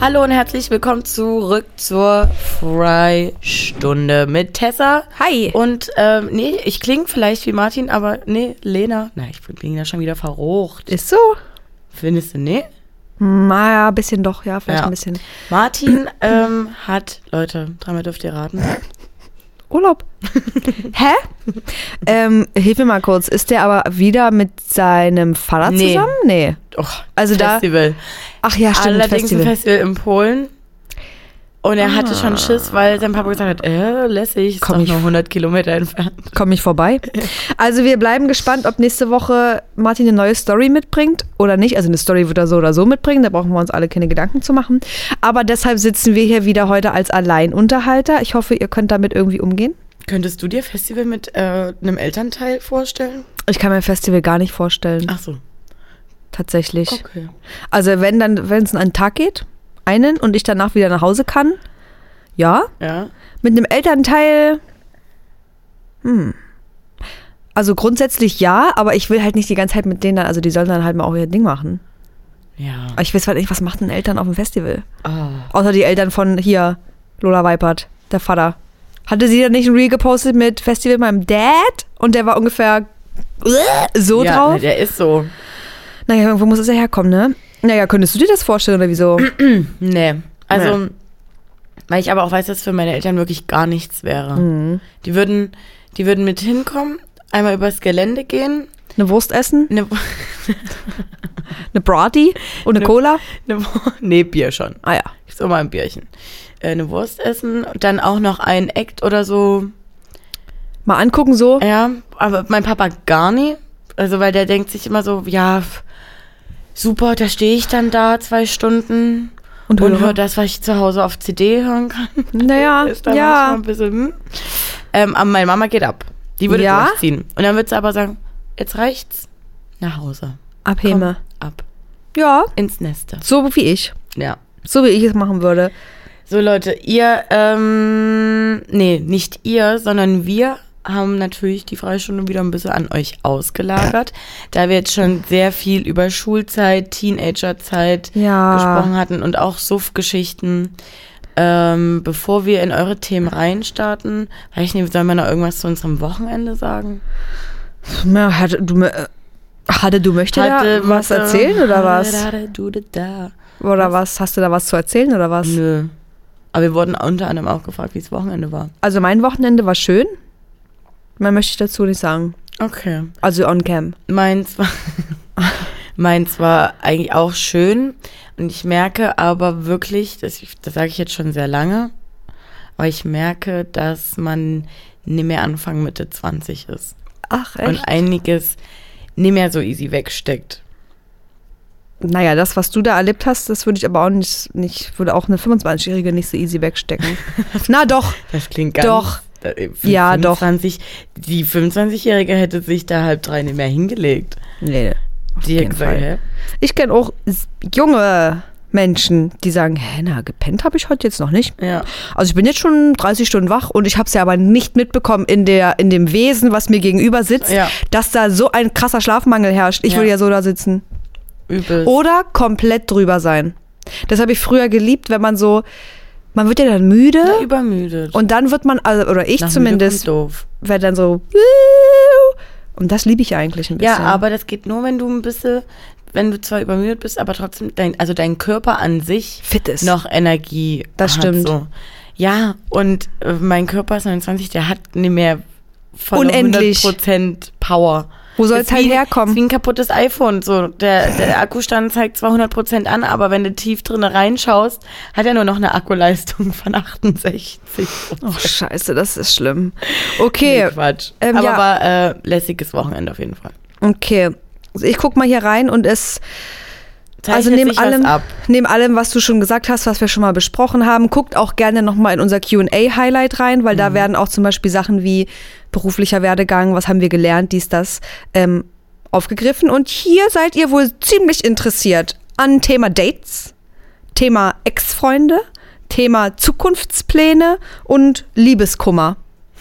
Hallo und herzlich willkommen zurück zur Freistunde mit Tessa. Hi. Und ähm, nee, ich klinge vielleicht wie Martin, aber nee, Lena. Na, ich bin ja schon wieder verrucht. Ist so? Findest du, nee? Naja, ein bisschen doch, ja, vielleicht ein bisschen. Martin ähm, hat, Leute, dreimal dürft ihr raten. Urlaub. Hä? ähm, hilf mir mal kurz. Ist der aber wieder mit seinem Vater Nee. zusammen? Nee. Och, Also da- Festival. Ach ja, stimmt. Allerdings Festival. Ah. ein Festival in Polen. Und er hatte schon Schiss, weil sein Papa gesagt hat, äh, lässig, ist Komm, doch ich- nur 100 Kilometer entfernt. Komm ich vorbei. Also wir bleiben gespannt, ob nächste Woche Martin eine neue Story mitbringt oder nicht. Also eine Story wird er so oder so mitbringen, da brauchen wir uns alle keine Gedanken zu machen. Aber deshalb sitzen wir hier wieder heute als Alleinunterhalter. Ich hoffe, ihr könnt damit irgendwie umgehen. Könntest du dir Festival mit äh, einem Elternteil vorstellen? Ich kann mir ein Festival gar nicht vorstellen, Ach so, tatsächlich. okay. Also wenn dann, wenn es einen Tag geht, einen und ich danach wieder nach Hause kann, ja. Ja. Mit einem Elternteil, hm. Also grundsätzlich ja, aber ich will halt nicht die ganze Zeit mit denen dann, also die sollen dann halt mal auch ihr Ding machen. Ja. Aber ich weiß halt nicht, was macht denn Eltern auf dem Festival? Ah. Außer die Eltern von hier, Lola Weipert, der Vater. Hatte sie dann nicht ein Reel gepostet mit Festival mit meinem Dad? Und der war ungefähr äh, so ja, drauf? ne, der ist so. Naja, irgendwo muss es ja herkommen, ne? Naja, könntest du dir das vorstellen oder wieso? Nee. Also, weil ich aber auch weiß, dass für meine Eltern wirklich gar nichts wäre. Die würden, die würden mit hinkommen, einmal übers Gelände gehen, Eine Wurst essen? eine, Eine Brati und eine Ne. Cola? eine, nee, Bier schon. Ah ja. Gibt's immer ein Bierchen. Äh, Eine Wurst essen, und dann auch noch ein Act oder so. Mal angucken so. Ja, aber mein Papa gar nie. Also, weil der denkt sich immer so, ja, f- super, da stehe ich dann da zwei Stunden Und, und höre. höre das, was ich zu Hause auf CD hören kann. Naja, ist da manchmal ja. ein bisschen. Hm. Ähm, aber meine Mama geht ab. Die würde Ja? durchziehen. Und dann würde sie aber sagen, jetzt reicht's. Nach Hause. Komm, Abheme. ab. Ja, Ins Neste. so wie ich. Ja. So wie ich es machen würde. So, Leute, ihr, ähm, nee, nicht ihr, sondern wir haben natürlich die Freistunde wieder ein bisschen an euch ausgelagert, da wir jetzt schon sehr viel über Schulzeit, Teenagerzeit Ja. gesprochen hatten und auch Suff-Geschichten. Ähm, bevor wir in eure Themen reinstarten, weiß ich nicht, sollen wir noch irgendwas zu unserem Wochenende sagen? Na, hatte du, mö- äh, hatte, du möchtest Hatte- da was erzählen oder was? Hatte- du- du- da. Oder was? Hast du da was zu erzählen oder was? Nö. Aber wir wurden unter anderem auch gefragt, wie das Wochenende war. Also mein Wochenende war schön. Mehr möchte ich dazu nicht sagen. Okay. Also on cam. Meins war, meins war eigentlich auch schön. Und ich merke aber wirklich, das, das sage ich jetzt schon sehr lange, aber ich merke, dass man nicht mehr Anfang Mitte 20 ist. Ach, Und einiges nicht mehr so easy wegsteckt. Naja, das, was du da erlebt hast, das würde ich aber auch nicht, nicht würde auch eine 25-Jährige nicht so easy wegstecken. Na doch, Das klingt ganz... Doch. Äh, Ja, doch. 25 Die 25-Jährige hätte sich da halb drei nicht mehr hingelegt. Nee. Die hätte jeden gesagt, Fall. hä? Ich kenne auch s- junge Menschen, die sagen, hä, na, gepennt habe ich heute jetzt noch nicht. Ja. Also ich bin jetzt schon 30 Stunden wach und ich habe es ja aber nicht mitbekommen in, der, in dem Wesen, was mir gegenüber sitzt, Ja. dass da so ein krasser Schlafmangel herrscht. Ich Ja. würde ja so da sitzen. Übel. Oder komplett drüber sein. Das habe ich früher geliebt, wenn man so, man wird ja dann müde Übermüdet. und dann wird man, also, oder Nach ich müde kommt zumindest, Doof. werde dann so und das liebe ich eigentlich ein bisschen. Ja, aber das geht nur, wenn du ein bisschen, wenn du zwar übermüdet bist, aber trotzdem, dein, also dein Körper an sich Fit ist. noch Energie. Das hat, stimmt. So. Ja, und äh, mein Körper ist 29, der hat nicht mehr volle Unendlich. 100% Power. Wo soll's Ist halt wie- herkommen? Ist wie ein kaputtes iPhone. So. Der, der Akkustand zeigt zwar 100% an, aber wenn du tief drin reinschaust, hat er nur noch eine Akkuleistung von 68. Oh, scheiße, das ist schlimm. Nee, Okay, Quatsch. Ähm, aber ja. war äh, lässiges Wochenende auf jeden Fall. okay. Also Ich guck mal hier rein und es also Zeichnet neben sich was allem, ab. neben allem, was du schon gesagt hast, was wir schon mal besprochen haben, guckt auch gerne nochmal in unser Q&A-Highlight rein, weil Mhm. da werden auch zum Beispiel Sachen wie beruflicher Werdegang, was haben wir gelernt, dies, das, ähm, aufgegriffen. Und hier seid ihr wohl ziemlich interessiert an Thema Dates, Thema Ex-Freunde, Thema Zukunftspläne und Liebeskummer.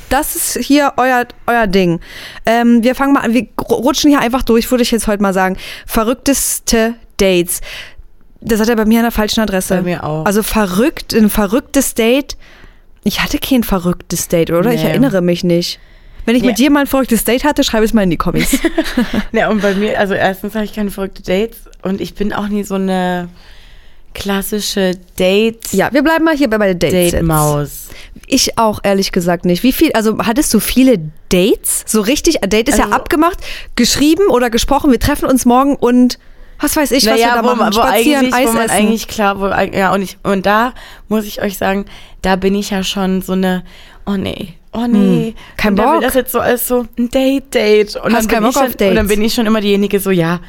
Das ist hier euer, euer Ding. Ähm, wir fangen mal an, wir rutschen hier einfach durch, würde ich jetzt heute mal sagen. Verrückteste Dates Das hat er bei mir an der falschen Adresse. Bei mir auch. Also verrückt, ein verrücktes Date. Ich hatte kein verrücktes Date, oder? Ich Nee. erinnere mich nicht. Wenn ich mit Nee. dir mal ein verrücktes Date hatte, schreibe es mal in die Kommis. Ja, und bei mir, also erstens habe ich keine verrückten Dates und ich bin auch nie so eine klassische Date- ja, wir bleiben mal hier bei, bei Dates. jetzt. Date-Maus. Ich auch ehrlich gesagt nicht. Wie viel, also hattest du viele Dates? So richtig, ein Date ist ja Also- abgemacht, geschrieben oder gesprochen, wir treffen uns morgen und was weiß ich, was wir da wo, machen. wo Spazieren, eigentlich, Eis wo man essen. eigentlich klar, wo, eig- ja, und ich, und da muss ich euch sagen, da bin ich ja schon so eine, oh nee, oh nee. Hm. kein und da will Bock. das jetzt so als so ein Date, Date. Und Hast dann keinen bin Bock ich schon, auf Dates. Und dann bin ich schon immer diejenige so, ja,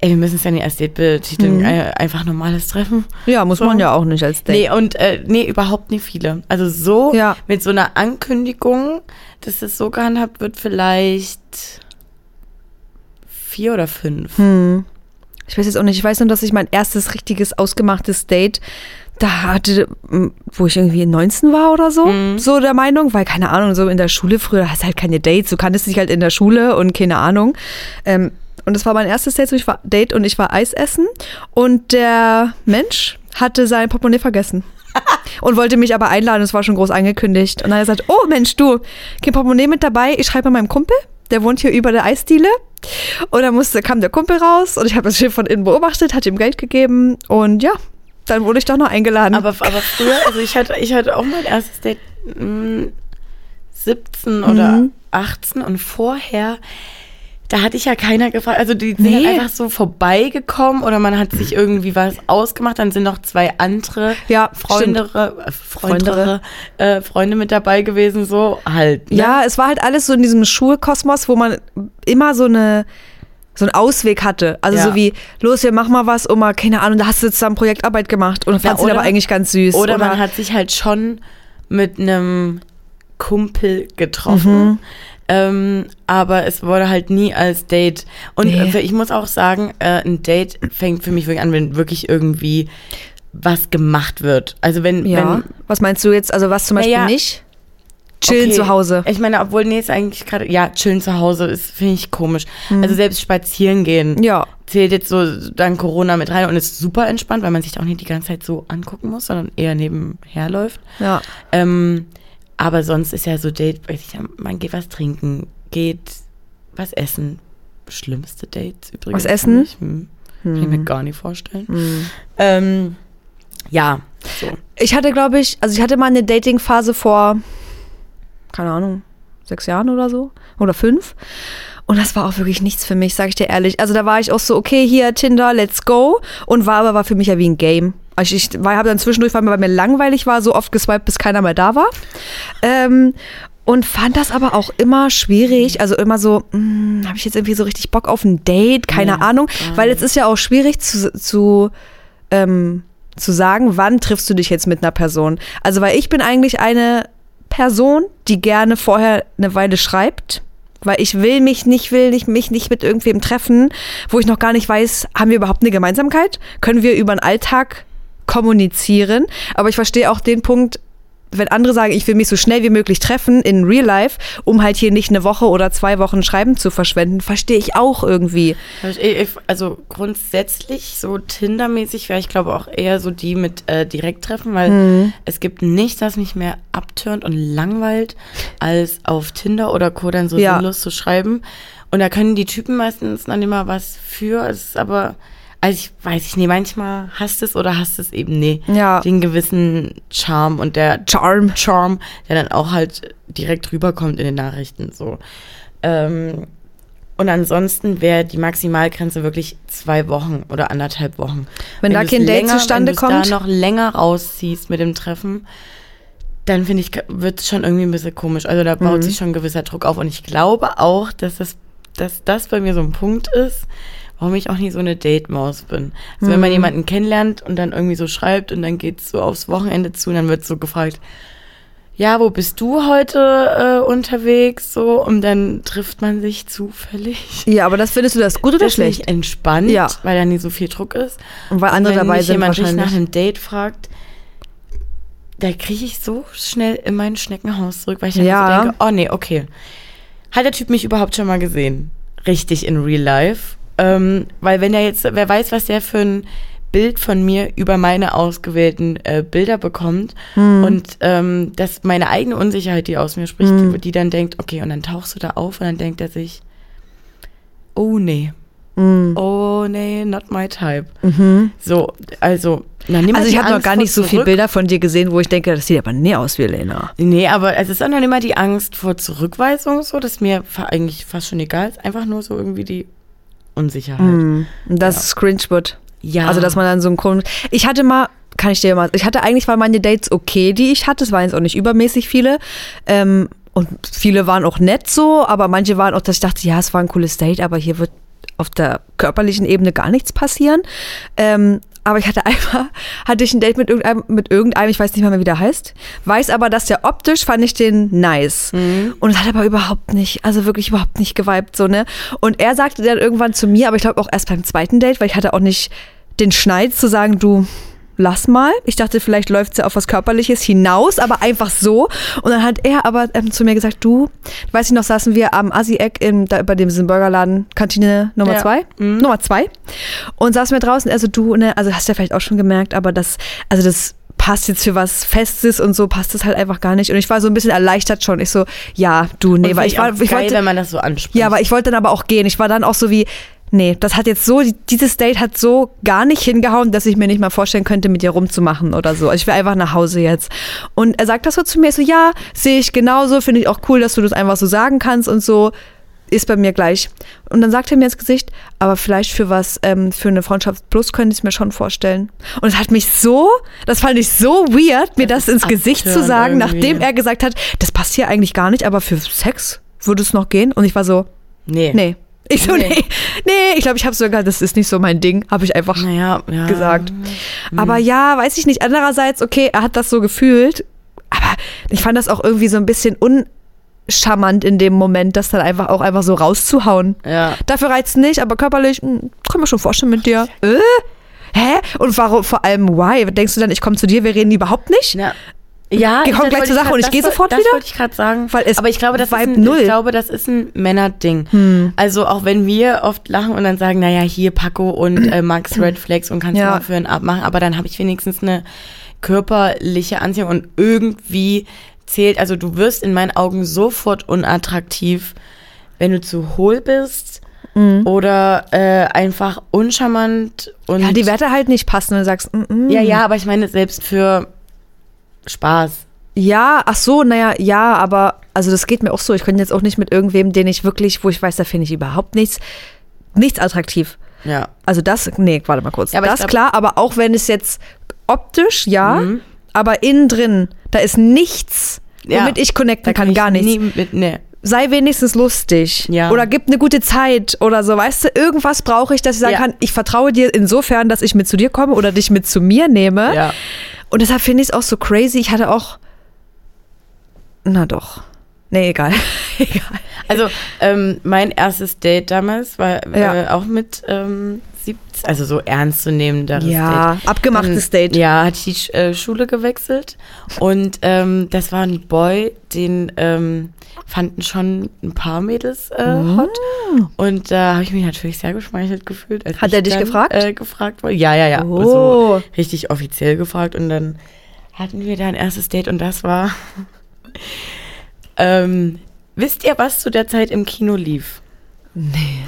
ey, wir müssen es ja nicht als Date betiteln, Hm. äh, einfach normales Treffen. ja, muss so. man ja auch nicht als Date. Nee, und äh, nee, überhaupt nicht viele. Also so Ja. mit so einer Ankündigung, dass das so gehandhabt wird, vielleicht vier oder fünf. Hm. Ich weiß jetzt auch nicht, ich weiß nur, dass ich mein erstes richtiges, ausgemachtes Date da hatte, m, wo ich irgendwie 19 war oder so, so der Meinung, weil keine Ahnung, so in der Schule früher hast du halt keine Dates, du kanntest dich halt in der Schule und keine Ahnung. Ähm, und das war mein erstes Date, so ich war Date und ich war Eis essen und der Mensch hatte sein Portemonnaie vergessen. Und wollte mich aber einladen, es war schon groß angekündigt. Und dann hat er gesagt, oh Mensch, du, kein Portemonnaie mit dabei, ich schreibe an meinem Kumpel, der wohnt hier über der Eisdiele. Und dann musste, kam der Kumpel raus und ich habe das Schiff von innen beobachtet, hat ihm Geld gegeben und ja, dann wurde ich doch noch eingeladen. Aber, aber früher, also ich hatte, ich hatte auch mein erstes Date mh, 17 oder Mhm. 18 und vorher, da hatte ich ja keiner gefragt. Also die sind Nee. halt einfach so vorbeigekommen oder man hat sich irgendwie was ausgemacht. Dann sind noch zwei andere Ja, Freundere, äh, Freundere. Freundere, äh, Freunde mit dabei gewesen, so halt. Ne? ja, es war halt alles so in diesem Schulkosmos, wo man immer so eine so einen Ausweg hatte. Also Ja. so wie, los, wir machen mal was, und mal, keine Ahnung, da hast du jetzt dann Projektarbeit gemacht und fandst ihn oder- aber eigentlich ganz süß. Oder man hat sich halt schon mit einem Kumpel getroffen. Ähm, aber es wurde halt nie als Date. Und Nee. äh, ich muss auch sagen, äh, ein Date fängt für mich wirklich an, wenn wirklich irgendwie was gemacht wird. Also wenn, ja. wenn Was meinst du jetzt, also was zum Beispiel Naja, nicht? Chillen okay, Äh, zu Hause. Ich meine, obwohl, nee, ist eigentlich gerade, ja, chillen zu Hause ist, finde ich komisch. Also selbst spazieren gehen Ja. zählt jetzt so dann Corona mit rein und ist super entspannt, weil man sich da auch nicht die ganze Zeit so angucken muss, sondern eher nebenher läuft. Ja. Ähm, aber sonst ist ja so Date, weiß ich, ja, man geht was trinken, geht was essen. Schlimmste Dates übrigens. Was essen? Hm. fand Ich, hm. Kann ich mir gar nicht vorstellen. Ähm, ja, so. Ich hatte, glaube ich, also ich hatte mal eine Dating-Phase vor, keine Ahnung, sechs Jahren oder so. Oder fünf. Und das war auch wirklich nichts für mich, sag ich dir ehrlich. Also da war ich auch so, okay, hier Tinder, let's go. Und war aber war für mich ja wie ein Game. Also ich, ich habe dann zwischendurch, weil mir, weil mir langweilig war, so oft geswiped, bis keiner mehr da war. Ähm, und fand das aber auch immer schwierig. Also immer so, habe ich jetzt irgendwie so richtig Bock auf ein Date? Keine Nee, Ahnung. gar Weil es ist ja auch schwierig zu, zu, ähm, zu sagen, wann triffst du dich jetzt mit einer Person. Also weil ich bin eigentlich eine Person, die gerne vorher eine Weile schreibt. Weil ich will mich nicht, will nicht, mich nicht mit irgendwem treffen, wo ich noch gar nicht weiß, haben wir überhaupt eine Gemeinsamkeit? Können wir über den Alltag kommunizieren? Aber ich verstehe auch den Punkt, wenn andere sagen, ich will mich so schnell wie möglich treffen in Real Life, um halt hier nicht eine Woche oder zwei Wochen Schreiben zu verschwenden, verstehe ich auch irgendwie. Ich- ich- Also grundsätzlich so Tinder-mäßig wäre ich glaube auch eher so die mit äh, Direkttreffen, weil Mhm. es gibt nichts, das mich mehr abtönt und langweilt, als auf Tinder oder Co. dann so Ja. sinnlos zu schreiben. Und da können die Typen meistens dann immer was für. Es ist aber, also ich weiß ich nicht, manchmal hasst es oder hasst es eben nee. Ja. Den gewissen Charme und der Charm. Charme, der dann auch halt direkt rüberkommt in den Nachrichten so. Ähm, und ansonsten wäre die Maximalgrenze wirklich zwei Wochen oder anderthalb Wochen. Wenn da du's kein Date zustande wenn kommt? Wenn du da noch länger rausziehst mit dem Treffen, dann finde ich, wird es schon irgendwie ein bisschen komisch. Also da Mhm. baut sich schon ein gewisser Druck auf. Und ich glaube auch, dass das, dass das bei mir so ein Punkt ist, warum ich auch nie so eine Date-Maus bin. Also wenn Mhm. man jemanden kennenlernt und dann irgendwie so schreibt und dann geht's so aufs Wochenende zu und dann wird so gefragt, ja, wo bist du heute äh, unterwegs? So, und dann trifft man sich zufällig. Ja, aber das findest du das gut oder Das finde ich schlecht? entspannt, Ja. weil da nie so viel Druck ist. Und weil Und andere wenn dabei mich sind jemand richtig nach wahrscheinlich. einem Date fragt, da kriege ich so schnell in mein Schneckenhaus zurück, weil ich dann Ja. so denke, oh nee, okay. Hat der Typ mich überhaupt schon mal gesehen? Richtig in real life. Ähm, weil wenn der jetzt, wer weiß, was der für ein Bild von mir über meine ausgewählten äh, Bilder bekommt Hm. und ähm, dass meine eigene Unsicherheit, die aus mir spricht, die, Hm. die dann denkt, okay, und dann tauchst du da auf und dann denkt er sich, oh nee, Mm. oh nee, not my type. So, also, na, nimm mal Mhm. Also ich die habe noch Angst gar vor nicht so viele zurück. Bilder von dir gesehen, wo ich denke, das sieht aber nie aus wie Elena. Nee, aber es ist auch noch immer die Angst vor Zurückweisung so, dass mir fa- eigentlich fast schon egal ist, einfach nur so irgendwie die Unsicherheit. Und das ist cringe wird. Ja. Mm. Also, dass man dann so ein Grund. Ich hatte mal, kann ich dir mal, ich hatte eigentlich, waren meine Dates okay, die ich hatte. Es waren jetzt auch nicht übermäßig viele. Ähm, und viele waren auch nett so, aber manche waren auch, dass ich dachte, ja, es war ein cooles Date, aber hier wird auf der körperlichen Ebene gar nichts passieren. Ähm, aber ich hatte einmal, hatte ich ein Date mit irgendeinem, mit irgendeinem, ich weiß nicht mal mehr, wie der heißt. Weiß aber, dass der optisch fand ich den nice. Und es hat aber überhaupt nicht, also wirklich überhaupt nicht geweibt, so, ne? Und er sagte dann irgendwann zu mir, aber ich glaube auch erst beim zweiten Date, weil ich hatte auch nicht den Schneid zu sagen, du, lass mal. Ich dachte, vielleicht läuft sie auf was Körperliches hinaus, aber einfach so. Und dann hat er aber ähm, zu mir gesagt, du, weiß ich noch, saßen wir am Assi-Eck in- da bei dem diesem Burgerladen, Kantine Nummer Ja. Mhm. zwei, Nummer zwei. Und saßen wir draußen, also du, ne, also hast ja vielleicht auch schon gemerkt, aber das, also das passt jetzt für was Festes und so, passt das halt einfach gar nicht. Und ich war so ein bisschen erleichtert schon. Ich so, ja, du, nee, Und weil find ich war, auch ich geil, wollte, wenn man das so anspricht. ja, aber ich wollte dann aber auch gehen. Ich war dann auch so wie, nee, das hat jetzt so, dieses Date hat so gar nicht hingehauen, dass ich mir nicht mal vorstellen könnte, mit dir rumzumachen oder so. Also ich will einfach nach Hause jetzt. Und er sagt das so zu mir, ich so, ja, sehe ich genauso, finde ich auch cool, dass du das einfach so sagen kannst und so. Ist bei mir gleich. Und dann sagt er mir ins Gesicht, aber vielleicht für was, ähm, für eine Freundschaft plus könnte ich es mir schon vorstellen. Und es hat mich so, das fand ich so weird, mir das, ins Gesicht zu abturned sagen, irgendwie. nachdem er gesagt hat, das passt hier eigentlich gar nicht, aber für Sex würde es noch gehen. Und ich war so, nee. Nee. Ich so, nee. Nee. Nee, ich glaube, ich habe sogar, das ist nicht so mein Ding, habe ich einfach Naja, ja. gesagt. Aber ja, weiß ich nicht. Andererseits, okay, er hat das so gefühlt, aber ich fand das auch irgendwie so ein bisschen uncharmant in dem Moment, das dann einfach auch einfach so rauszuhauen. Ja. Dafür reizt nicht, aber körperlich, mh, können wir schon vorstellen mit dir. Äh? Hä? Und warum, vor allem, why? Denkst du dann, ich komme zu dir, wir reden überhaupt nicht? Ja. Ja, Wir kommen das wollte gleich zur ich Sache grad- und ich das gehe woll- sofort das wieder. Das wollte ich gerade sagen. Weil es Aber ich glaube, das ist vibe ein, null. Hm. ich glaube, das ist ein Männerding. Also auch wenn wir oft lachen und dann sagen, naja, hier Paco und äh, Max Red Flags und kannst Hm. Ja. du mal für einen abmachen, aber dann habe ich wenigstens eine körperliche Anziehung und irgendwie zählt, also du wirst in meinen Augen sofort unattraktiv, wenn du zu hohl bist Hm. oder äh, einfach uncharmant und Ja, die Werte halt nicht passen und du sagst, mm, mm. ja, ja, aber ich meine selbst für Spaß. Ja, ach so, naja, ja, aber also das geht mir auch so. Ich könnte jetzt auch nicht mit irgendwem, den ich wirklich, wo ich weiß, da finde ich überhaupt nichts, nichts attraktiv. Ja. Also das, nee, warte mal kurz. Ja, aber ich das glaub- Mhm. klar, aber auch wenn es jetzt optisch, ja, aber innen drin, da ist nichts, Ja. womit ich connecten Da kann, ich gar nichts. nie Mit, ne. nee. Sei wenigstens lustig Ja. oder gib eine gute Zeit oder so, weißt du, irgendwas brauche ich, dass ich sagen Ja. kann, ich vertraue dir insofern, dass ich mit zu dir komme oder dich mit zu mir nehme. Ja. Und deshalb finde ich es auch so crazy. Ich hatte auch. Na doch. Nee, egal. egal. Also ähm, mein erstes Date damals war äh, auch mit ähm, 17, also so ernstzunehmenderes Date. abgemachtes Dann, Date. Ähm, Ja, hatte ich die Sch- äh, Schule gewechselt und ähm, das war ein Boy, den ähm, fanden schon ein paar Mädels Mhm. äh, Oh hot. Und da habe ich mich natürlich sehr geschmeichelt gefühlt. als Hat ich er dich dann, gefragt? Äh, gefragt wurde. Ja, ja, ja. Oh. So richtig offiziell gefragt und dann hatten wir da ein erstes Date und das war. ähm, wisst ihr, was zu der Zeit im Kino lief? Nee.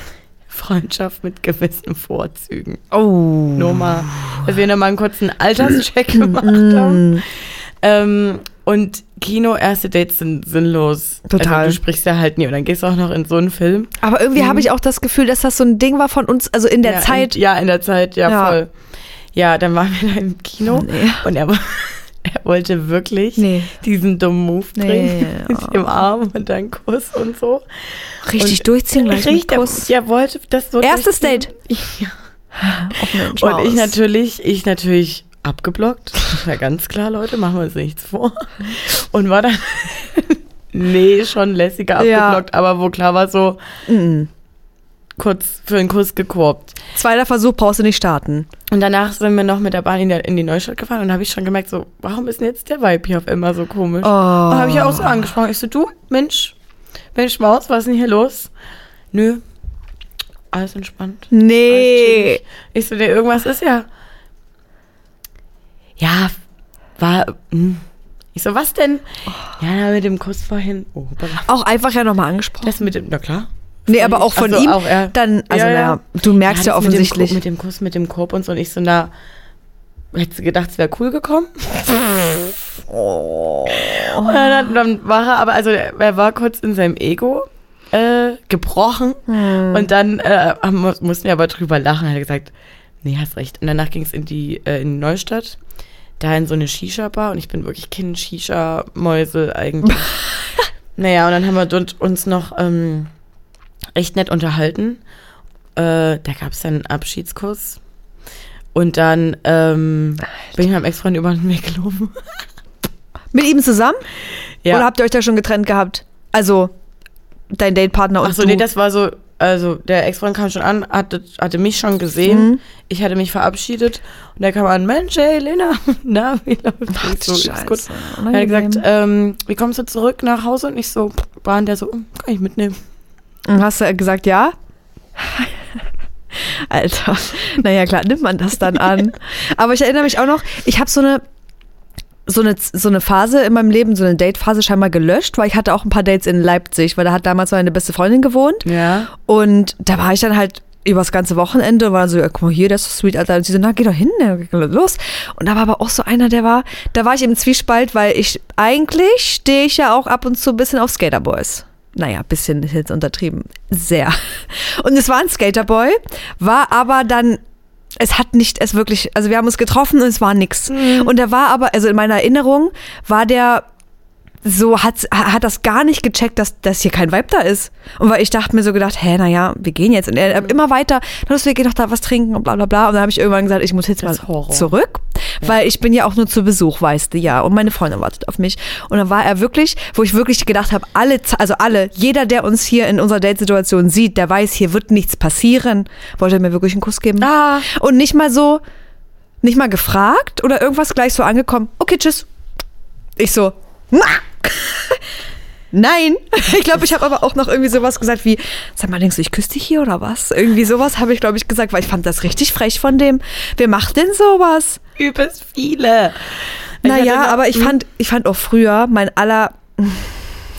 Freundschaft mit gewissen Vorzügen. Oh. Nur mal, dass wir nochmal einen kurzen Alterscheck gemacht Mm. haben. Ähm, und Kino, erste Dates sind sinnlos. Total. Also, du sprichst ja halt nie und dann gehst du auch noch in so einen Film. Aber irgendwie habe ich auch das Gefühl, dass das so ein Ding war von uns, also in der ja, Zeit. In, ja, in der Zeit, ja, Ja. Oh voll. Ja, dann waren wir da im Kino und er, wo- er wollte wirklich Nee. diesen dummen Move Nee, drehen oh. mit dem Arm und dann Kuss und so. richtig und- durchziehen gleich. mit Richtig, er- Kuss. ja, wollte das so. Erstes Oh durchziehen. Ja. Auf den Und ich Schmaus. natürlich, ich natürlich abgeblockt. Ja, ganz klar, Leute, machen wir uns nichts vor. Und war dann, nee, schon lässiger Ja. abgeblockt, aber wo klar war, so kurz für einen Kuss gekorbt. Zweiter Versuch brauchst du nicht starten. Und danach sind wir noch mit der Bahn in, der, in die Neustadt gefahren und habe ich schon gemerkt, so, warum ist denn jetzt der Vibe hier auf immer so komisch? Oh. Und habe ich auch so angesprochen. Ich so, du, Mensch, Mensch, Maus, was ist denn hier los? Nö, alles entspannt. alles Nee. chillig. Ich so, der irgendwas ist ja. ja, war. Hm. Ich so, was denn? Ja, na, mit dem Kuss vorhin. Oh, Auch einfach ja nochmal angesprochen. das mit dem, na klar. nee, aber auch von Ach so, ihm. auch er. Dann, also Ja, ja. naja, du merkst ja, das offensichtlich. Mit dem, Ku- mit dem Kuss, mit dem Korb und so. Und ich so, na, hättest du gedacht, es wäre cool gekommen? Oh. Und dann, hat- dann war er, aber also er war kurz in seinem Ego äh, gebrochen. Hm. Und dann äh, haben wir- mussten wir aber drüber lachen. Hat er gesagt, nee, hast recht. Und danach ging es in die äh, in Neustadt. Da in so eine Shisha-Bar und ich bin wirklich Kind Shisha-Mäuse eigentlich. naja, und dann haben wir dort uns noch ähm, echt nett unterhalten äh, da gab es dann einen Abschiedskuss. Und dann ähm, bin ich meinem Ex-Freund über den Weg gelaufen. Mit ihm zusammen? Ja. Oder habt ihr euch da schon getrennt gehabt? Also, dein Datepartner und Ach so, du. nee, das war so, also der Ex-Freund kam schon an, hatte, hatte mich schon gesehen. Mhm. Ich hatte mich verabschiedet. Und er kam an, Mensch, hey, Lena, na, wie läuft's? Ach, Ich so, du ist Scheiße. gut. Und er hat gesagt, ähm, wie kommst du zurück nach Hause? Und ich so, war und der so, "Hm, kann ich mitnehmen. äh, Und hast du gesagt, ja? Alter, naja klar, nimmt man das dann an. Aber ich erinnere mich auch noch, ich habe so eine, so, eine, so eine Phase in meinem Leben, so eine Date-Phase scheinbar gelöscht, weil ich hatte auch ein paar Dates in Leipzig, weil da hat damals meine beste Freundin gewohnt. Ja. Und da war ich dann halt übers ganze Wochenende und war so, ja, guck mal hier, das ist so sweet, Alter. Und sie so, na, geh doch hin, ne, geh los. Und da war aber auch so einer, der war, da war ich im Zwiespalt, weil ich, eigentlich stehe ich ja auch ab und zu ein bisschen auf Skaterboys. Naja, bisschen ist jetzt untertrieben. Sehr. Und es war ein Skaterboy, war aber dann, es hat nicht, es wirklich, also wir haben uns getroffen und es war nix. Und der war aber, also in meiner Erinnerung, war der so hat, hat das gar nicht gecheckt, dass, dass hier kein Vibe da ist. Und weil ich dachte mir so gedacht, hä, naja, wir gehen jetzt. Und er hat immer weiter, na los, wir gehen doch da was trinken und bla bla bla. Und dann habe ich irgendwann gesagt, ich muss jetzt mal Das Horror. zurück, weil ich bin ja auch nur zu Besuch, weißt du, ja. Und meine Freundin wartet auf mich. Und dann war er wirklich, wo ich wirklich gedacht habe, alle, Z- also alle, jeder, der uns hier in unserer Date-Situation sieht, der weiß, hier wird nichts passieren. Wollte er mir wirklich einen Kuss geben? Ah. Und nicht mal so, nicht mal gefragt oder irgendwas gleich so angekommen. Okay, tschüss. Ich so, hm? na! Nein! Ich glaube, ich habe aber auch noch irgendwie sowas gesagt wie, sag mal, denkst du, ich küsse dich hier oder was? Irgendwie sowas habe ich, glaube ich, gesagt, weil ich fand das richtig frech von dem. Wer macht denn sowas? Übelst viele. Ich hatte Hm? Naja, immer- aber ich fand, ich fand auch früher mein aller,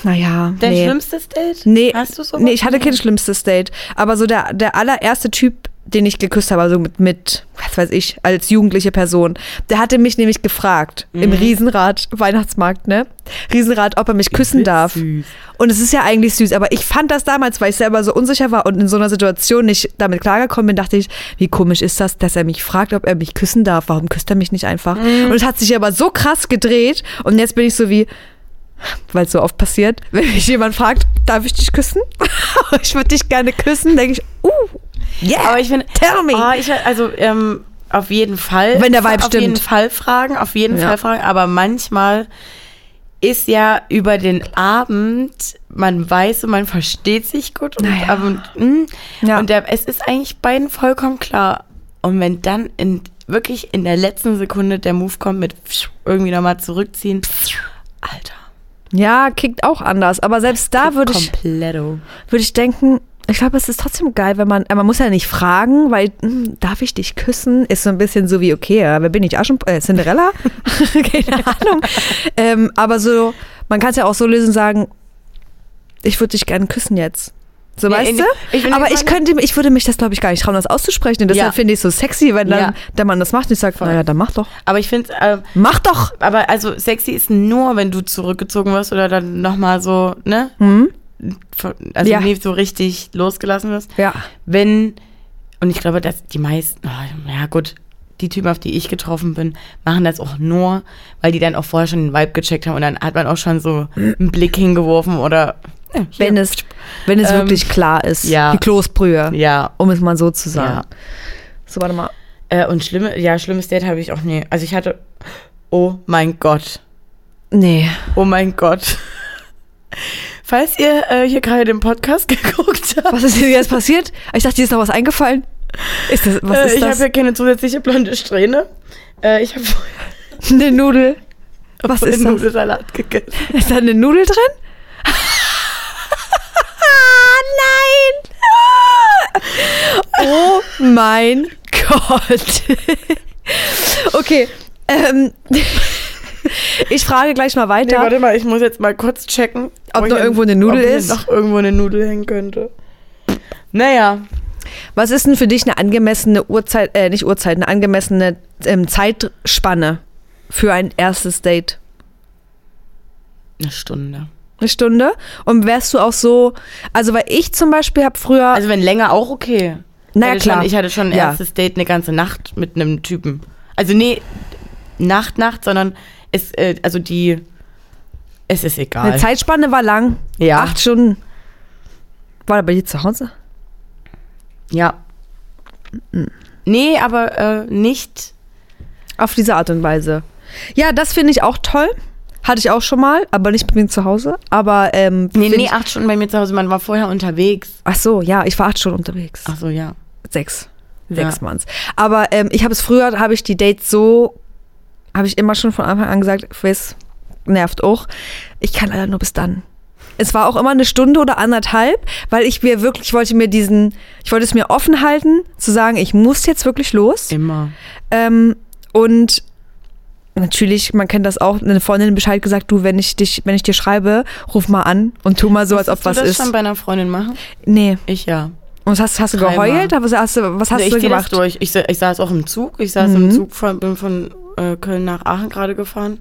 naja, Dein nee. schlimmstes Date? Nee, Hast du so nee, ich hatte kein schlimmstes Date. Aber so der, der allererste Typ, den ich geküsst habe, also mit, mit, was weiß ich, als jugendliche Person, der hatte mich nämlich gefragt, im Mhm. Riesenrad, Weihnachtsmarkt, ne? Riesenrad, ob er mich küssen darf. Süß. Und es ist ja eigentlich süß, aber ich fand das damals, weil ich selber so unsicher war und in so einer Situation nicht damit klargekommen bin, dachte ich, wie komisch ist das, dass er mich fragt, ob er mich küssen darf. Warum küsst er mich nicht einfach? Und es hat sich aber so krass gedreht und jetzt bin ich so wie, weil es so oft passiert, wenn mich jemand fragt, darf ich dich küssen? ich würde dich gerne küssen, denke ich, uh, yeah, Aber ich finde, tell me. Ah, ich, also ähm, auf jeden Fall. Wenn der Vibe Auf jeden stimmt. Fall fragen, auf jeden Ja. Fall fragen. Aber manchmal ist ja über den Abend, man weiß und man versteht sich gut. Und, Naja. aber, mm, Ja. und der, es ist eigentlich beiden vollkommen klar. Und wenn dann in, wirklich in der letzten Sekunde der Move kommt mit irgendwie nochmal zurückziehen, Alter, ja, kickt auch anders, aber selbst da Ah, würde ich, kompletto. würde ich denken, ich glaube, es ist trotzdem geil, wenn man, man muss ja nicht fragen, weil, hm, darf ich dich küssen? Ist so ein bisschen so wie, okay, ja, wer bin ich? Aschen, äh, Cinderella? Keine Ahnung. ähm, aber so, man kann es ja auch so lösen und sagen, ich würde dich gerne küssen jetzt. So, Nee, weißt nee, du? ich bin aber ich gespannt. könnte, ich würde mich das, glaube ich, gar nicht trauen, das auszusprechen. Und deshalb Ja. finde ich es so sexy, wenn dann Ja. der Mann das macht. Ich sage, naja, dann mach doch. Aber ich finde, ähm, Mach doch! aber also sexy ist nur, wenn du zurückgezogen wirst oder dann nochmal so, ne? Ver- Also Ja. nicht so richtig losgelassen wirst. Ja. Wenn, und ich glaube, dass die meisten, oh, ja gut, die Typen, auf die ich getroffen bin, machen das auch nur, weil die dann auch vorher schon den Vibe gecheckt haben und dann hat man auch schon so einen Blick hingeworfen oder ja, hier. Wenn es, wenn es Ähm, wirklich klar ist. ja. Die Kloßbrühe. ja. Um es mal so zu sagen. Ja. So, warte mal. Äh, und schlimme, ja, schlimmes Date habe ich auch nie. Also ich hatte, oh mein Gott. Nee. Oh mein Gott. Falls ihr äh, hier gerade den Podcast geguckt habt, Was ist hier jetzt passiert? Ich dachte, dir ist noch was eingefallen. Ist das, was äh, ist ich habe das? hier keine zusätzliche blonde Strähne. Äh, ich habe Eine Nudel. Was ist vorhin das? Nudelsalat gegessen. Ist da eine Nudel drin? Ah, Nein! Oh mein Gott. Okay. Ähm, Ähm, ich frage gleich mal Nee, weiter, warte mal, ich muss jetzt mal kurz checken, ob ich noch an- irgendwo eine Nudel ob hier ist. Noch irgendwo eine Nudel hängen könnte. Naja, Was ist denn für dich eine angemessene Uhrzeit, äh, nicht Uhrzeit, eine angemessene ähm, Zeitspanne für ein erstes Date? eine Stunde. Eine Stunde? Und wärst du auch so, also weil ich zum Beispiel habe früher, Also wenn länger auch okay. Ich naja hatte klar, Schon, ich hatte schon ein Ja. erstes Date eine ganze Nacht mit einem Typen. Also nee, Nacht, Nacht, sondern es, äh, also die, es ist egal. eine Zeitspanne war lang, ja. acht Stunden. War er bei dir zu Hause? Ja. Nee, aber äh, nicht. Auf diese Art und Weise. Ja, das finde ich auch toll. Hatte ich auch schon mal, aber nicht bei mir zu Hause. Aber ähm, Nee, find nee, ich- acht Stunden bei mir zu Hause. Man war vorher unterwegs. ach so, ja, ich war acht Stunden unterwegs. Ach so, ja. Sechs. Ja. Sechs waren's. Aber ähm, ich habe es früher, habe ich die Dates so, habe ich immer schon von Anfang an gesagt, Quiz nervt auch. Ich kann leider nur bis dann. Es war auch immer eine Stunde oder anderthalb, weil ich mir wirklich ich wollte mir diesen, ich wollte es mir offen halten, zu sagen, ich muss jetzt wirklich los. Immer. Ähm, und natürlich, man kennt das auch, eine Freundin Bescheid gesagt, du, wenn ich dich, wenn ich dir schreibe, ruf mal an und tu mal so, als ob Musstest was du das ist. schon bei einer Freundin machen? Nee. Ich ja. Und was hast, hast du Dreimal. geheult? Was hast du, was hast Nee, ich du zieh gemacht? Das Mhm. durch. Ich, sa- ich saß auch im Zug. Ich saß im Zug, von, bin von äh, Köln nach Aachen gerade gefahren.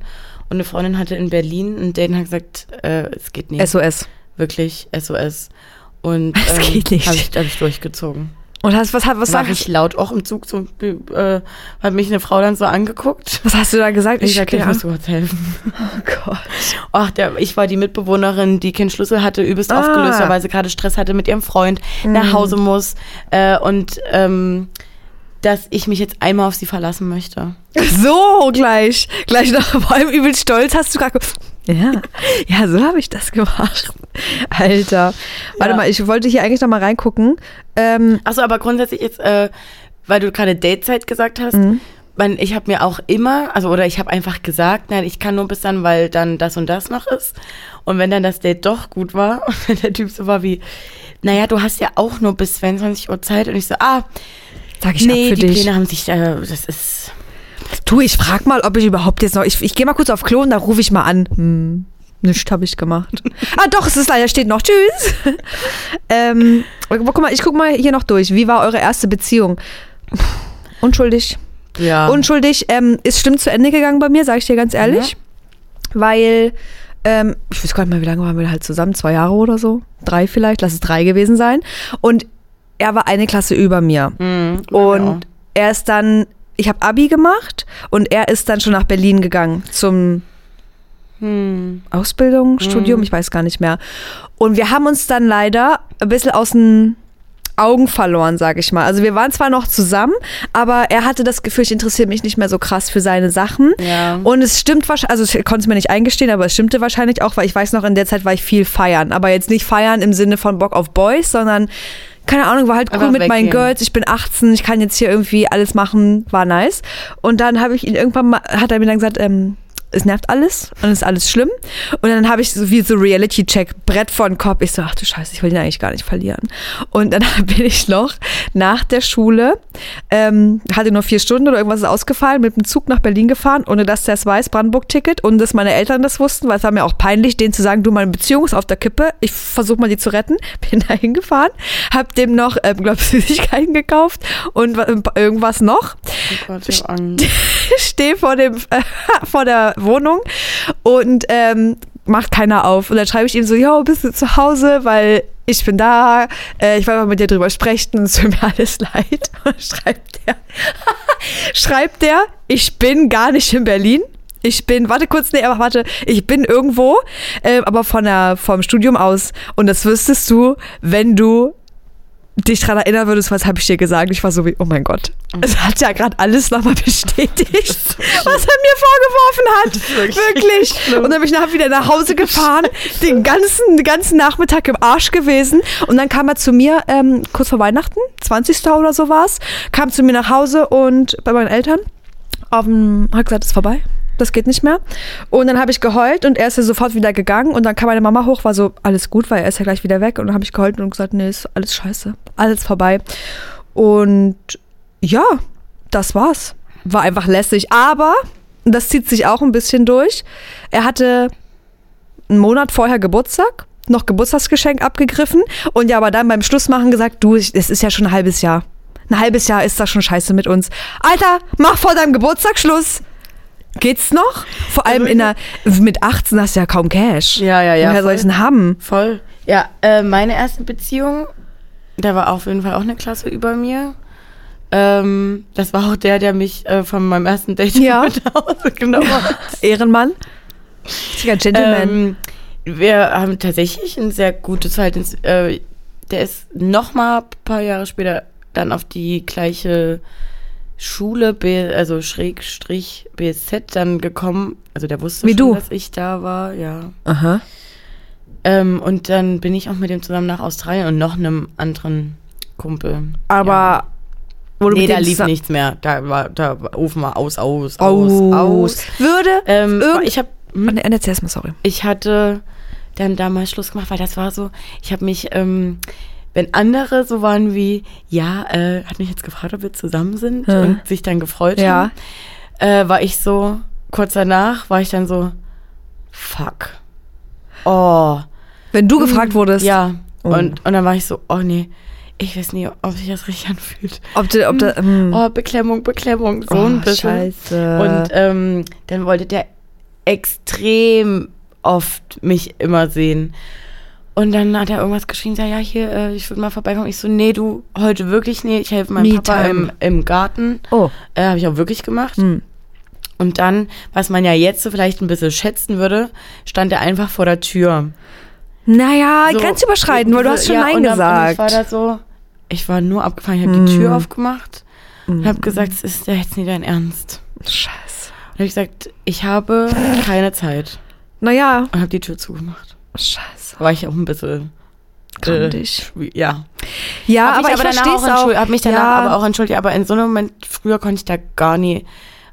Und eine Freundin hatte in Berlin einen Date und hat gesagt, äh, es geht nicht. SOS. Wirklich, SOS. Und Es ähm, geht nicht. Habe ich, hab ich durchgezogen. Und hast, was, hat- was, Das war sag, ich laut auch im Zug. So, äh, hat mich eine Frau dann so angeguckt. was hast du da gesagt? Ich sagte, ich keine muss kurz helfen. Ahnung. oh Gott. Ach, der, ich war die Mitbewohnerin, die keinen Schlüssel hatte, übelst Ah. Mhm. aufgelöst, war, weil sie gerade Stress hatte mit ihrem Freund, nach Hause muss äh, und ähm, dass ich mich jetzt einmal auf sie verlassen möchte. So, gleich. Gleich noch vor allem übel stolz hast du gerade. ge- Ja, ja, so habe ich das gemacht. Alter. Warte Ja. mal, ich wollte hier eigentlich noch mal reingucken. Ähm, Achso, aber grundsätzlich jetzt, äh, weil du gerade Datezeit gesagt hast, Mhm. man, ich habe mir auch immer, also oder ich habe einfach gesagt, nein, ich kann nur bis dann, weil dann das und das noch ist. Und wenn dann das Date doch gut war und wenn der Typ so war wie, naja, du hast ja auch nur bis 22 Uhr Zeit und ich so, ah, sag ich nee, ab für die dich. Pläne haben sich, äh, das ist Du, ich frag mal, ob ich überhaupt jetzt noch. Ich, ich gehe mal kurz auf Klo und da rufe ich mal an. Hm, nichts habe ich gemacht. ah, doch, es ist leider steht noch. Tschüss. ähm, aber guck mal, ich guck mal hier noch durch. Wie war eure erste Beziehung? Unschuldig. ja Unschuldig. Ähm, ist stimmt zu Ende gegangen bei mir, sage ich dir ganz ehrlich. Weil. Ähm, ich weiß gar nicht mehr, wie lange waren wir halt zusammen? Zwei Jahre oder so? Drei vielleicht? Lass es drei gewesen sein. Und er war eine Klasse über mir. Mhm, genau. Und er ist dann, ich habe Abi gemacht und er ist dann schon nach Berlin gegangen zum Hm. Ausbildung, Studium, ich weiß gar nicht mehr. Und wir haben uns dann leider ein bisschen aus den Augen verloren, sage ich mal. Also wir waren zwar noch zusammen, aber er hatte das Gefühl, ich interessiere mich nicht mehr so krass für seine Sachen. Ja. Und es stimmt wahrscheinlich, also ich konnte es mir nicht eingestehen, aber es stimmte wahrscheinlich auch, weil ich weiß noch, in der Zeit war ich viel feiern. Aber jetzt nicht feiern im Sinne von Bock auf Boys, sondern, keine Ahnung, war halt cool Einfach mit meinen weggehen. Girls, ich bin 18, ich kann jetzt hier irgendwie alles machen, war nice. Und dann habe ich ihn irgendwann mal, hat er mir dann gesagt, ähm, es nervt alles und es ist alles schlimm. Und dann habe ich so wie so Reality-Check, Brett von Kopf. Ich so, ach du Scheiße, ich will ihn eigentlich gar nicht verlieren. Und dann bin ich noch nach der Schule, ähm, hatte nur vier Stunden oder irgendwas ist ausgefallen, mit dem Zug nach Berlin gefahren, ohne dass der es weiß, Brandenburg-Ticket, ohne dass meine Eltern das wussten, weil es war mir auch peinlich, denen zu sagen, du, meine Beziehung ist auf der Kippe, ich versuche mal die zu retten. Bin da hingefahren, hab dem noch, ähm, glaube Süßigkeiten gekauft und wa- irgendwas noch Oh Gott, ich hab Angst. stehe vor dem äh, vor der Wohnung und ähm, macht keiner auf. Und dann schreibe ich ihm so, yo, bist du zu Hause, weil ich bin da, äh, ich will mal mit dir drüber sprechen, es tut mir alles leid. Und dann schreibt er, schreibt er, ich bin gar nicht in Berlin. Ich bin, warte kurz, nee, aber warte, ich bin irgendwo, äh, aber von der, vom Studium aus. Und das wüsstest du, wenn du dich daran erinnern würdest, was habe ich dir gesagt. Ich war so wie, oh mein Gott, es hat ja gerade alles nochmal bestätigt, was er mir vorgeworfen hat. wirklich Wirklich. Und dann bin ich nachher wieder nach Hause gefahren, den ganzen, den ganzen Nachmittag im Arsch gewesen. Und dann kam er zu mir, ähm, kurz vor Weihnachten, 20. oder so war's, kam zu mir nach Hause und bei meinen Eltern auf dem, hat gesagt, ist vorbei. Das geht nicht mehr. Und dann habe ich geheult und er ist ja sofort wieder gegangen. Und dann kam meine Mama hoch, war so, alles gut, weil er ist ja gleich wieder weg. Und dann habe ich geheult und gesagt, nee, ist alles scheiße. Alles vorbei. Und ja, das war's. War einfach lässig. Aber Das zieht sich auch ein bisschen durch. Er hatte einen Monat vorher Geburtstag, noch Geburtstagsgeschenk abgegriffen und ja, aber dann beim Schlussmachen gesagt, du, ich- es ist ja schon ein halbes Jahr. Ein halbes Jahr ist das schon scheiße mit uns. Alter, mach vor deinem Geburtstag Schluss. Geht's noch? Vor allem in der, mit 18 hast du ja kaum Cash. Also Ja, ja, ja, Woher soll voll. ich denn haben? Voll. Ja, äh, meine erste Beziehung, da war auf jeden Fall auch eine Klasse über mir. Ähm, das war auch der, der mich äh, von meinem ersten Date Ja. mit nach Hause genommen hat. Ehrenmann? Richtiger Gentleman. Ähm, wir haben tatsächlich ein sehr gutes Verhältnis. Äh, der ist noch mal ein paar Jahre später dann auf die gleiche Schule, B, also Schrägstrich BSZ dann gekommen. Also der wusste Wie schon, du. dass ich da war, ja. Aha. Ähm, und dann bin ich auch mit dem zusammen nach Australien und noch einem anderen Kumpel. Aber ja. wo du nee, mit da dem lief zusa- nichts mehr. Da war, da war- ruf mal aus, aus, aus, Aus. aus. Würde Ähm, irgend- ich habe Nee, erzähl erst mal, sorry. ich hatte dann damals Schluss gemacht, weil das war so, ich habe mich, ähm, wenn andere so waren wie, ja, äh, hat mich jetzt gefragt, ob wir zusammen sind Ja. und sich dann gefreut haben, Ja. äh, war ich so, kurz danach war ich dann so, fuck. Oh, Wenn du gefragt wurdest, ja. Oh. Und, und dann war ich so, oh nee, ich weiß nie, ob sich das richtig anfühlt. ob du, ob du, hm. Oh, Beklemmung, Beklemmung, so Oh, ein bisschen. Scheiße. Und ähm, dann wollte der extrem oft mich immer sehen. Und dann hat er irgendwas geschrieben, ja, ja, hier, äh, ich würde mal vorbeikommen. Ich so, nee, du, heute wirklich, nee, ich helfe meinem Papa Me-Time. im, im Garten. oh. Äh, Habe ich auch wirklich gemacht. Hm. Und dann, was man ja jetzt so vielleicht ein bisschen schätzen würde, stand er einfach vor der Tür. Naja, So, grenzüberschreiten, weil du hast schon ja, Nein und dann- gesagt. Hm. Und ich war da so, ich war nur abgefahren, ich habe die Tür aufgemacht und habe gesagt, es ist ja jetzt nicht dein Ernst. Scheiße. Und habe ich gesagt, ich habe keine Zeit. Naja, Und habe die Tür zugemacht. scheiße. Da war ich auch ein bisschen. Kann äh, dich. schwi- Ja. Ja, Hab aber ich, danach auch. versteh's auch. entschuldigt- Hab mich danach ja, aber auch entschuldigt. Aber in so einem Moment, früher konnte ich da gar nie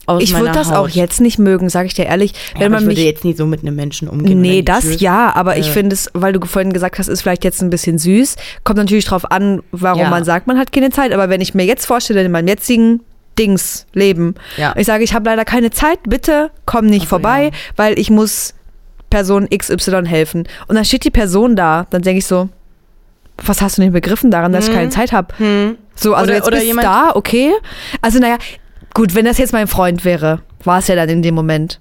aus ich meiner würde das Haut. auch jetzt nicht mögen, sag ich dir ehrlich. Ja, Wenn aber man ich mich würde jetzt nie so mit einem Menschen umgehen. wenn Nee, die Tür- das ja, aber ich äh. finde es, weil du vorhin gesagt hast, ist vielleicht jetzt ein bisschen süß. Kommt natürlich drauf an, warum Ja. man sagt, man hat keine Zeit. Aber wenn ich mir jetzt vorstelle, in meinem jetzigen Dings leben, Ja. ich sage, ich habe leider keine Zeit, bitte komm Ach nicht so, vorbei, ja. weil ich muss Person XY helfen. Und dann steht die Person da, dann denke ich so, was hast du denn begriffen daran, dass ich keine Zeit habe? Hm. So, also Oder- jetzt oder bist du jemand- da, okay. Also naja, gut, wenn das jetzt mein Freund wäre, war es ja dann in dem Moment.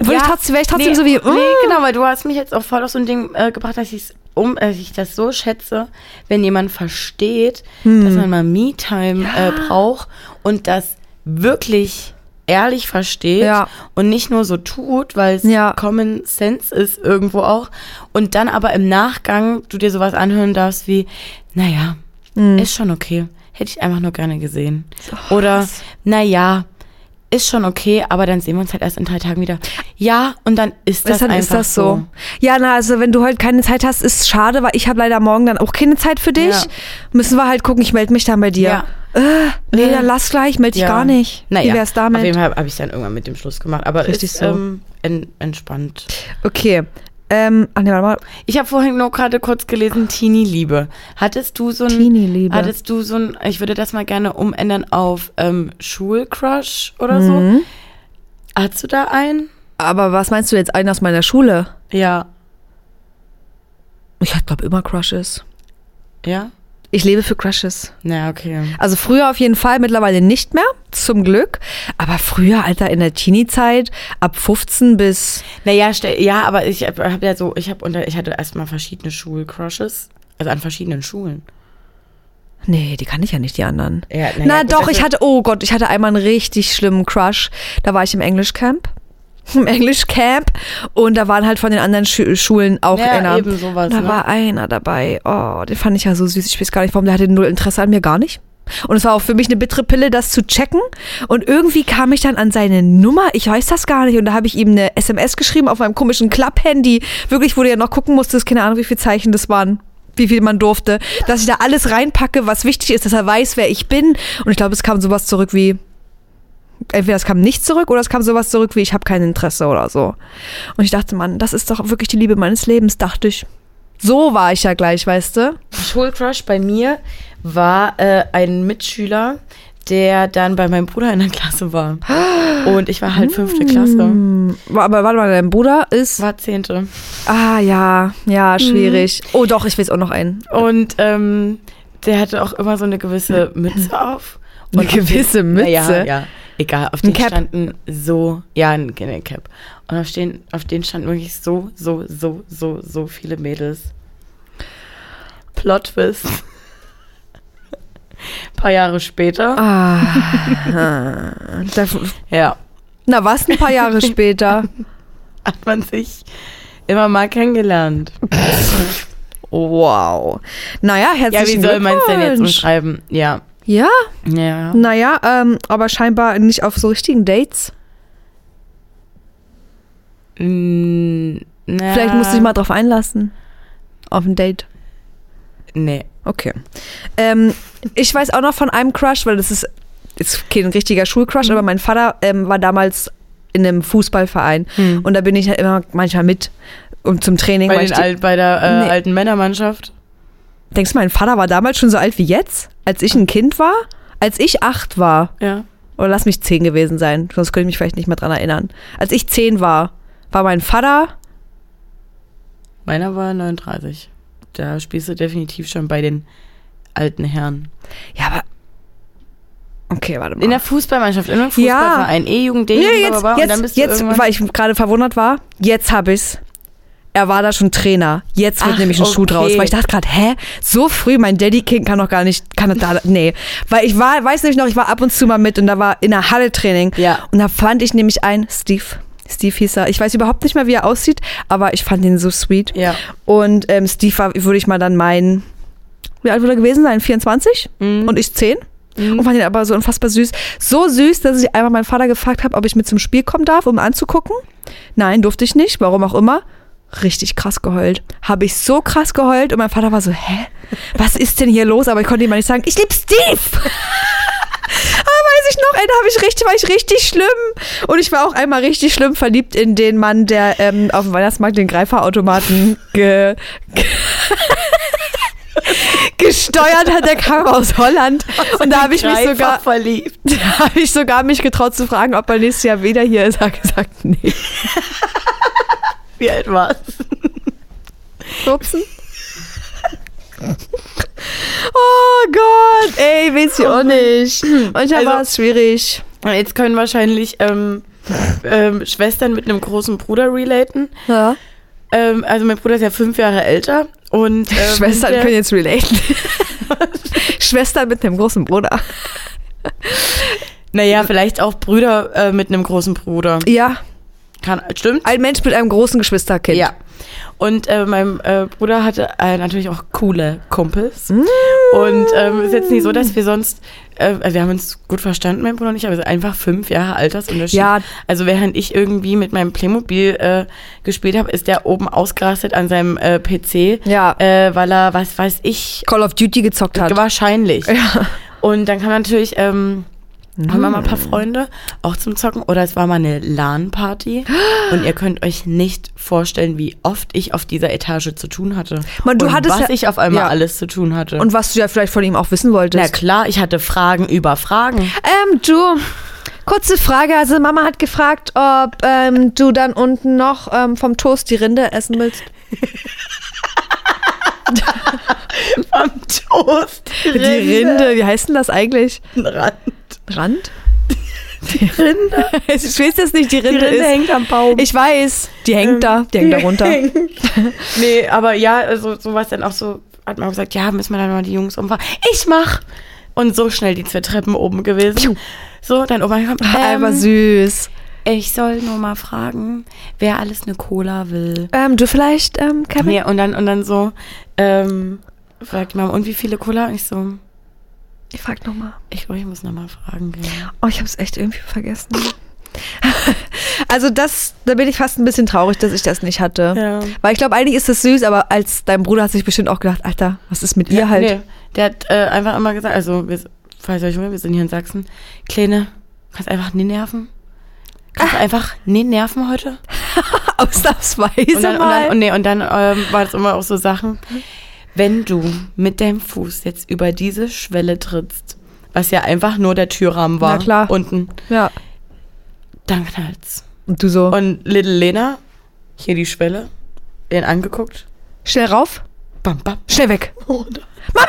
Würde Ja, ich trotzdem, wäre ich trotzdem nee, so wie, "Mm." Nee, genau, weil du hast mich jetzt auch voll auf so ein Ding äh, gebracht, dass ich um, dass ich das so schätze, wenn jemand versteht, dass Hm. man mal Me-Time äh, braucht und das wirklich ehrlich versteht Ja. und nicht nur so tut, weil es Ja. Common Sense ist irgendwo auch und dann aber im Nachgang du dir sowas anhören darfst wie, naja, Hm. ist schon okay, hätte ich einfach nur gerne gesehen. Oder, naja, ist schon okay, aber dann sehen wir uns halt erst in drei Tagen wieder. Ja, und dann ist das Ist, dann einfach ist das so. Ja, na, also wenn du heute keine Zeit hast, ist schade, weil ich habe leider morgen dann auch keine Zeit für dich. Ja. Müssen wir halt gucken, ich melde mich dann bei dir. Ja. Äh, nee, Äh. dann lass gleich, melde dich Ja. gar nicht. Naja, Wie Auf wär's jeden damit? Fall habe ich dann irgendwann mit dem Schluss gemacht, aber Richtig ist, so. ähm, en entspannt. Okay. Ähm, ach nee, warte mal. Ich habe vorhin nur gerade kurz gelesen, Teenie-Liebe. Hattest du so ein... Teenie-Liebe. Hattest du so ein... Ich würde das mal gerne umändern auf ähm, Schulcrush oder Mhm. so. Hattest du da einen? Aber was meinst du jetzt einen aus meiner Schule? Ja. Ich glaube immer Crushes. Ja? Ich lebe für Crushes. Na, okay. Also früher auf jeden Fall, mittlerweile nicht mehr, zum Glück. Aber früher, Alter, in der Teenie-Zeit, ab 15 bis Naja, stell, ja, aber ich habe ja so, ich habe unter, ich hatte erstmal verschiedene Schulcrushes, also an verschiedenen Schulen. Nee, die kann ich ja nicht, die anderen. Ja, na ja, na gut, doch, also- ich hatte, oh Gott, ich hatte einmal einen richtig schlimmen Crush. Da war ich im Englischcamp. Im Englischcamp. Und da waren halt von den anderen Schu Schulen auch Ja, einer. eben sowas, Da ne? war einer dabei. Oh, den fand ich ja so süß. Ich weiß gar nicht, warum der hatte null Interesse an mir, gar nicht. Und es war auch für mich eine bittere Pille, das zu checken. Und irgendwie kam ich dann an seine Nummer. Ich weiß das gar nicht. Und da habe ich ihm eine SMS geschrieben auf meinem komischen Klapp-Handy. Wirklich, wo du ja noch gucken musstest, keine Ahnung, wie viele Zeichen das waren. Wie viel man durfte. Dass ich da alles reinpacke, was wichtig ist, dass er weiß, wer ich bin. Und ich glaube, es kam sowas zurück wie, entweder es kam nicht zurück oder es kam sowas zurück wie, ich habe kein Interesse oder so. Und ich dachte, Mann, das ist doch wirklich die Liebe meines Lebens, dachte ich. So war ich ja gleich, weißt du? Schulcrush bei mir war äh, ein Mitschüler, der dann bei meinem Bruder in der Klasse war. Ah. Und ich war halt fünfte Klasse. Hm, aber warte mal, dein Bruder ist. War zehnte. Ah ja, Mhm. ja, schwierig. Oh doch, ich weiß auch noch einen. Und ähm, der hatte auch immer so eine gewisse Mütze auf. Und Eine auf den- gewisse Mütze? Ja, ja. Egal, auf den Cap? standen so, ja, ein ein Cap. Und auf den, auf den standen wirklich so, so, so, so, so viele Mädels. Plot Twist. paar Jahre Ah. später. Da, Ja. na, was ein paar Jahre später? Hat man sich immer mal kennengelernt. Wow. Naja, Ja, herzlichen wie soll man es denn jetzt Glückwunsch. umschreiben? Ja. Ja, Ja. naja, ähm, aber scheinbar nicht auf so richtigen Dates. Mm, na, Vielleicht musst du dich mal drauf einlassen. Auf ein Date. Nee. Okay. Ähm, ich weiß auch noch von einem Crush, weil das ist, ist kein richtiger Schulcrush, Mhm. aber mein Vater ähm, war damals in einem Fußballverein und da bin ich halt immer manchmal mit und zum Training. Mhm. Bei, weil den ich die- Al bei der äh, Nee. alten Männermannschaft. Denkst du, mein Vater war damals schon so alt wie jetzt? Als ich ein Kind war? Als ich acht war? Ja. Oder lass mich zehn gewesen sein, sonst könnte ich mich vielleicht nicht mehr dran erinnern. Als ich zehn war, war mein Vater. Meiner war 39. Da spielst du definitiv schon bei den alten Herren. Ja, aber. Okay, warte mal. In der Fußballmannschaft, in einem Ja. Fußballverein, E-Jugend, Ja, D-Jugend, jetzt, blablabla, und dann jetzt, bist du jetzt irgendwann- weil ich gerade verwundert war, jetzt hab ich's. Er war da schon Trainer. Jetzt wird Ach, nämlich ein Schuh okay. draus. Weil ich dachte gerade, hä? So früh, mein Daddy King kann doch gar nicht, kann doch da, nee. Weil ich war, weiß nämlich noch, ich war ab und zu mal mit und da war in der Halle Training. Ja. Und da fand ich nämlich einen Steve. Steve hieß er. Ich weiß überhaupt nicht mehr, wie er aussieht, aber ich fand ihn so sweet. Ja. Und ähm, Steve war, würde ich mal dann meinen, wie alt würde er gewesen sein? 24? Und ich 10? Und fand ihn aber so unfassbar süß. So süß, dass ich einmal meinen Vater gefragt habe, ob ich mit zum Spiel kommen darf, um anzugucken. Nein, durfte ich nicht, warum auch immer. Richtig krass geheult. Habe ich so krass geheult und mein Vater war so, hä? Was ist denn hier los? Aber ich konnte ihm mal nicht sagen, ich liebe Steve! Ah, weiß ich noch, ey, da hab ich richtig, war ich richtig schlimm. Und ich war auch einmal richtig schlimm verliebt in den Mann, der ähm, auf dem Weihnachtsmarkt den Greiferautomaten ge ge gesteuert hat. Der kam aus Holland. Also Und da habe ich mich Dreifach sogar, verliebt. da habe ich sogar mich getraut zu fragen, ob er nächstes Jahr wieder hier ist. Er hat gesagt, nee. Wie alt warst du? Rupsen. Oh Gott, ey, weiß ich auch nicht. Manchmal Also- war es schwierig. Und Jetzt können wahrscheinlich ähm, ähm, Schwestern mit einem großen Bruder relaten. Ja. Ähm, also mein Bruder ist ja fünf Jahre älter und ähm, Schwestern der- können jetzt relaten. Schwestern mit einem großen Bruder. Naja, vielleicht auch Brüder äh, mit einem großen Bruder. Ja, Kann, stimmt? ein Mensch mit einem großen Geschwisterkind. Ja. Und äh, mein äh, Bruder hatte äh, natürlich auch coole Kumpels. Hm. Und ähm, ist jetzt nicht so, dass wir sonst, äh, wir haben uns gut verstanden, mein Bruder und ich, aber es ist einfach fünf Jahre Altersunterschied. Ja. Also während ich irgendwie mit meinem Playmobil äh, gespielt habe, ist der oben ausgerastet an seinem äh, PC. Ja. Äh, weil er, was weiß ich, Call of Duty gezockt hat. wahrscheinlich. Ja. Und dann kam natürlich, ähm, haben wir mal ein paar Mhm. Freunde auch zum Zocken oder es war mal eine LAN-Party und ihr könnt euch nicht vorstellen, wie oft ich auf dieser Etage zu tun hatte. Man, du und hattest was ja- ich auf einmal ja. alles zu tun hatte. Und was du ja vielleicht von ihm auch wissen na wolltest. klar, ich hatte Fragen über Fragen. Ähm, du, kurze Frage. Also Mama hat gefragt, ob ähm, du dann unten noch ähm, vom Toast die Rinde essen willst. Am Toast. wie heißt denn das eigentlich? Ran. Rand? Die Rinde? Ich weiß jetzt nicht, die Die Rinde, Rinde ist. hängt am Baum. Ähm. Ich weiß, die hängt da, die hängt da runter. nee, aber ja, also sowas dann auch so, hat man gesagt, ja, müssen wir dann mal die Jungs umfahren. Ich mach! Und so schnell die zwei Treppen oben gewesen. So, dann oben angekommen. Ah, Aber ähm, süß. Ich soll nur mal fragen, wer alles eine Cola will. Ähm, du vielleicht, ähm, Kevin? Nee, und dann und dann so, ähm, fragt die Mama, und wie viele Cola? Und ich so, Ich frag nochmal. ich glaube, ich muss nochmal fragen gehen. Oh, ich hab's echt irgendwie vergessen. also das, da bin ich fast ein bisschen traurig, dass ich das nicht hatte. Ja. Weil ich glaube, eigentlich ist das süß, aber als dein Bruder hat sich bestimmt auch gedacht, Alter, was ist mit ihr halt? Nee, der hat äh, einfach immer gesagt, also, wir, falls ihr euch wundert, wir sind hier in Sachsen. Kleine, kannst einfach nie nerven. Ah. Kannst einfach nie nerven heute. Ausnahmsweise Und dann, und mal. Hm. dann, und nee, und dann ähm, war das immer auch so Sachen. Wenn du mit deinem Fuß jetzt über diese Schwelle trittst was ja einfach nur der Türrahmen war. Na klar. Unten. Ja. Dann knallt's. Und du so. Und Little Lena, hier die Schwelle, ihn angeguckt. schnell rauf, Bam, bam. schnell weg. Runter.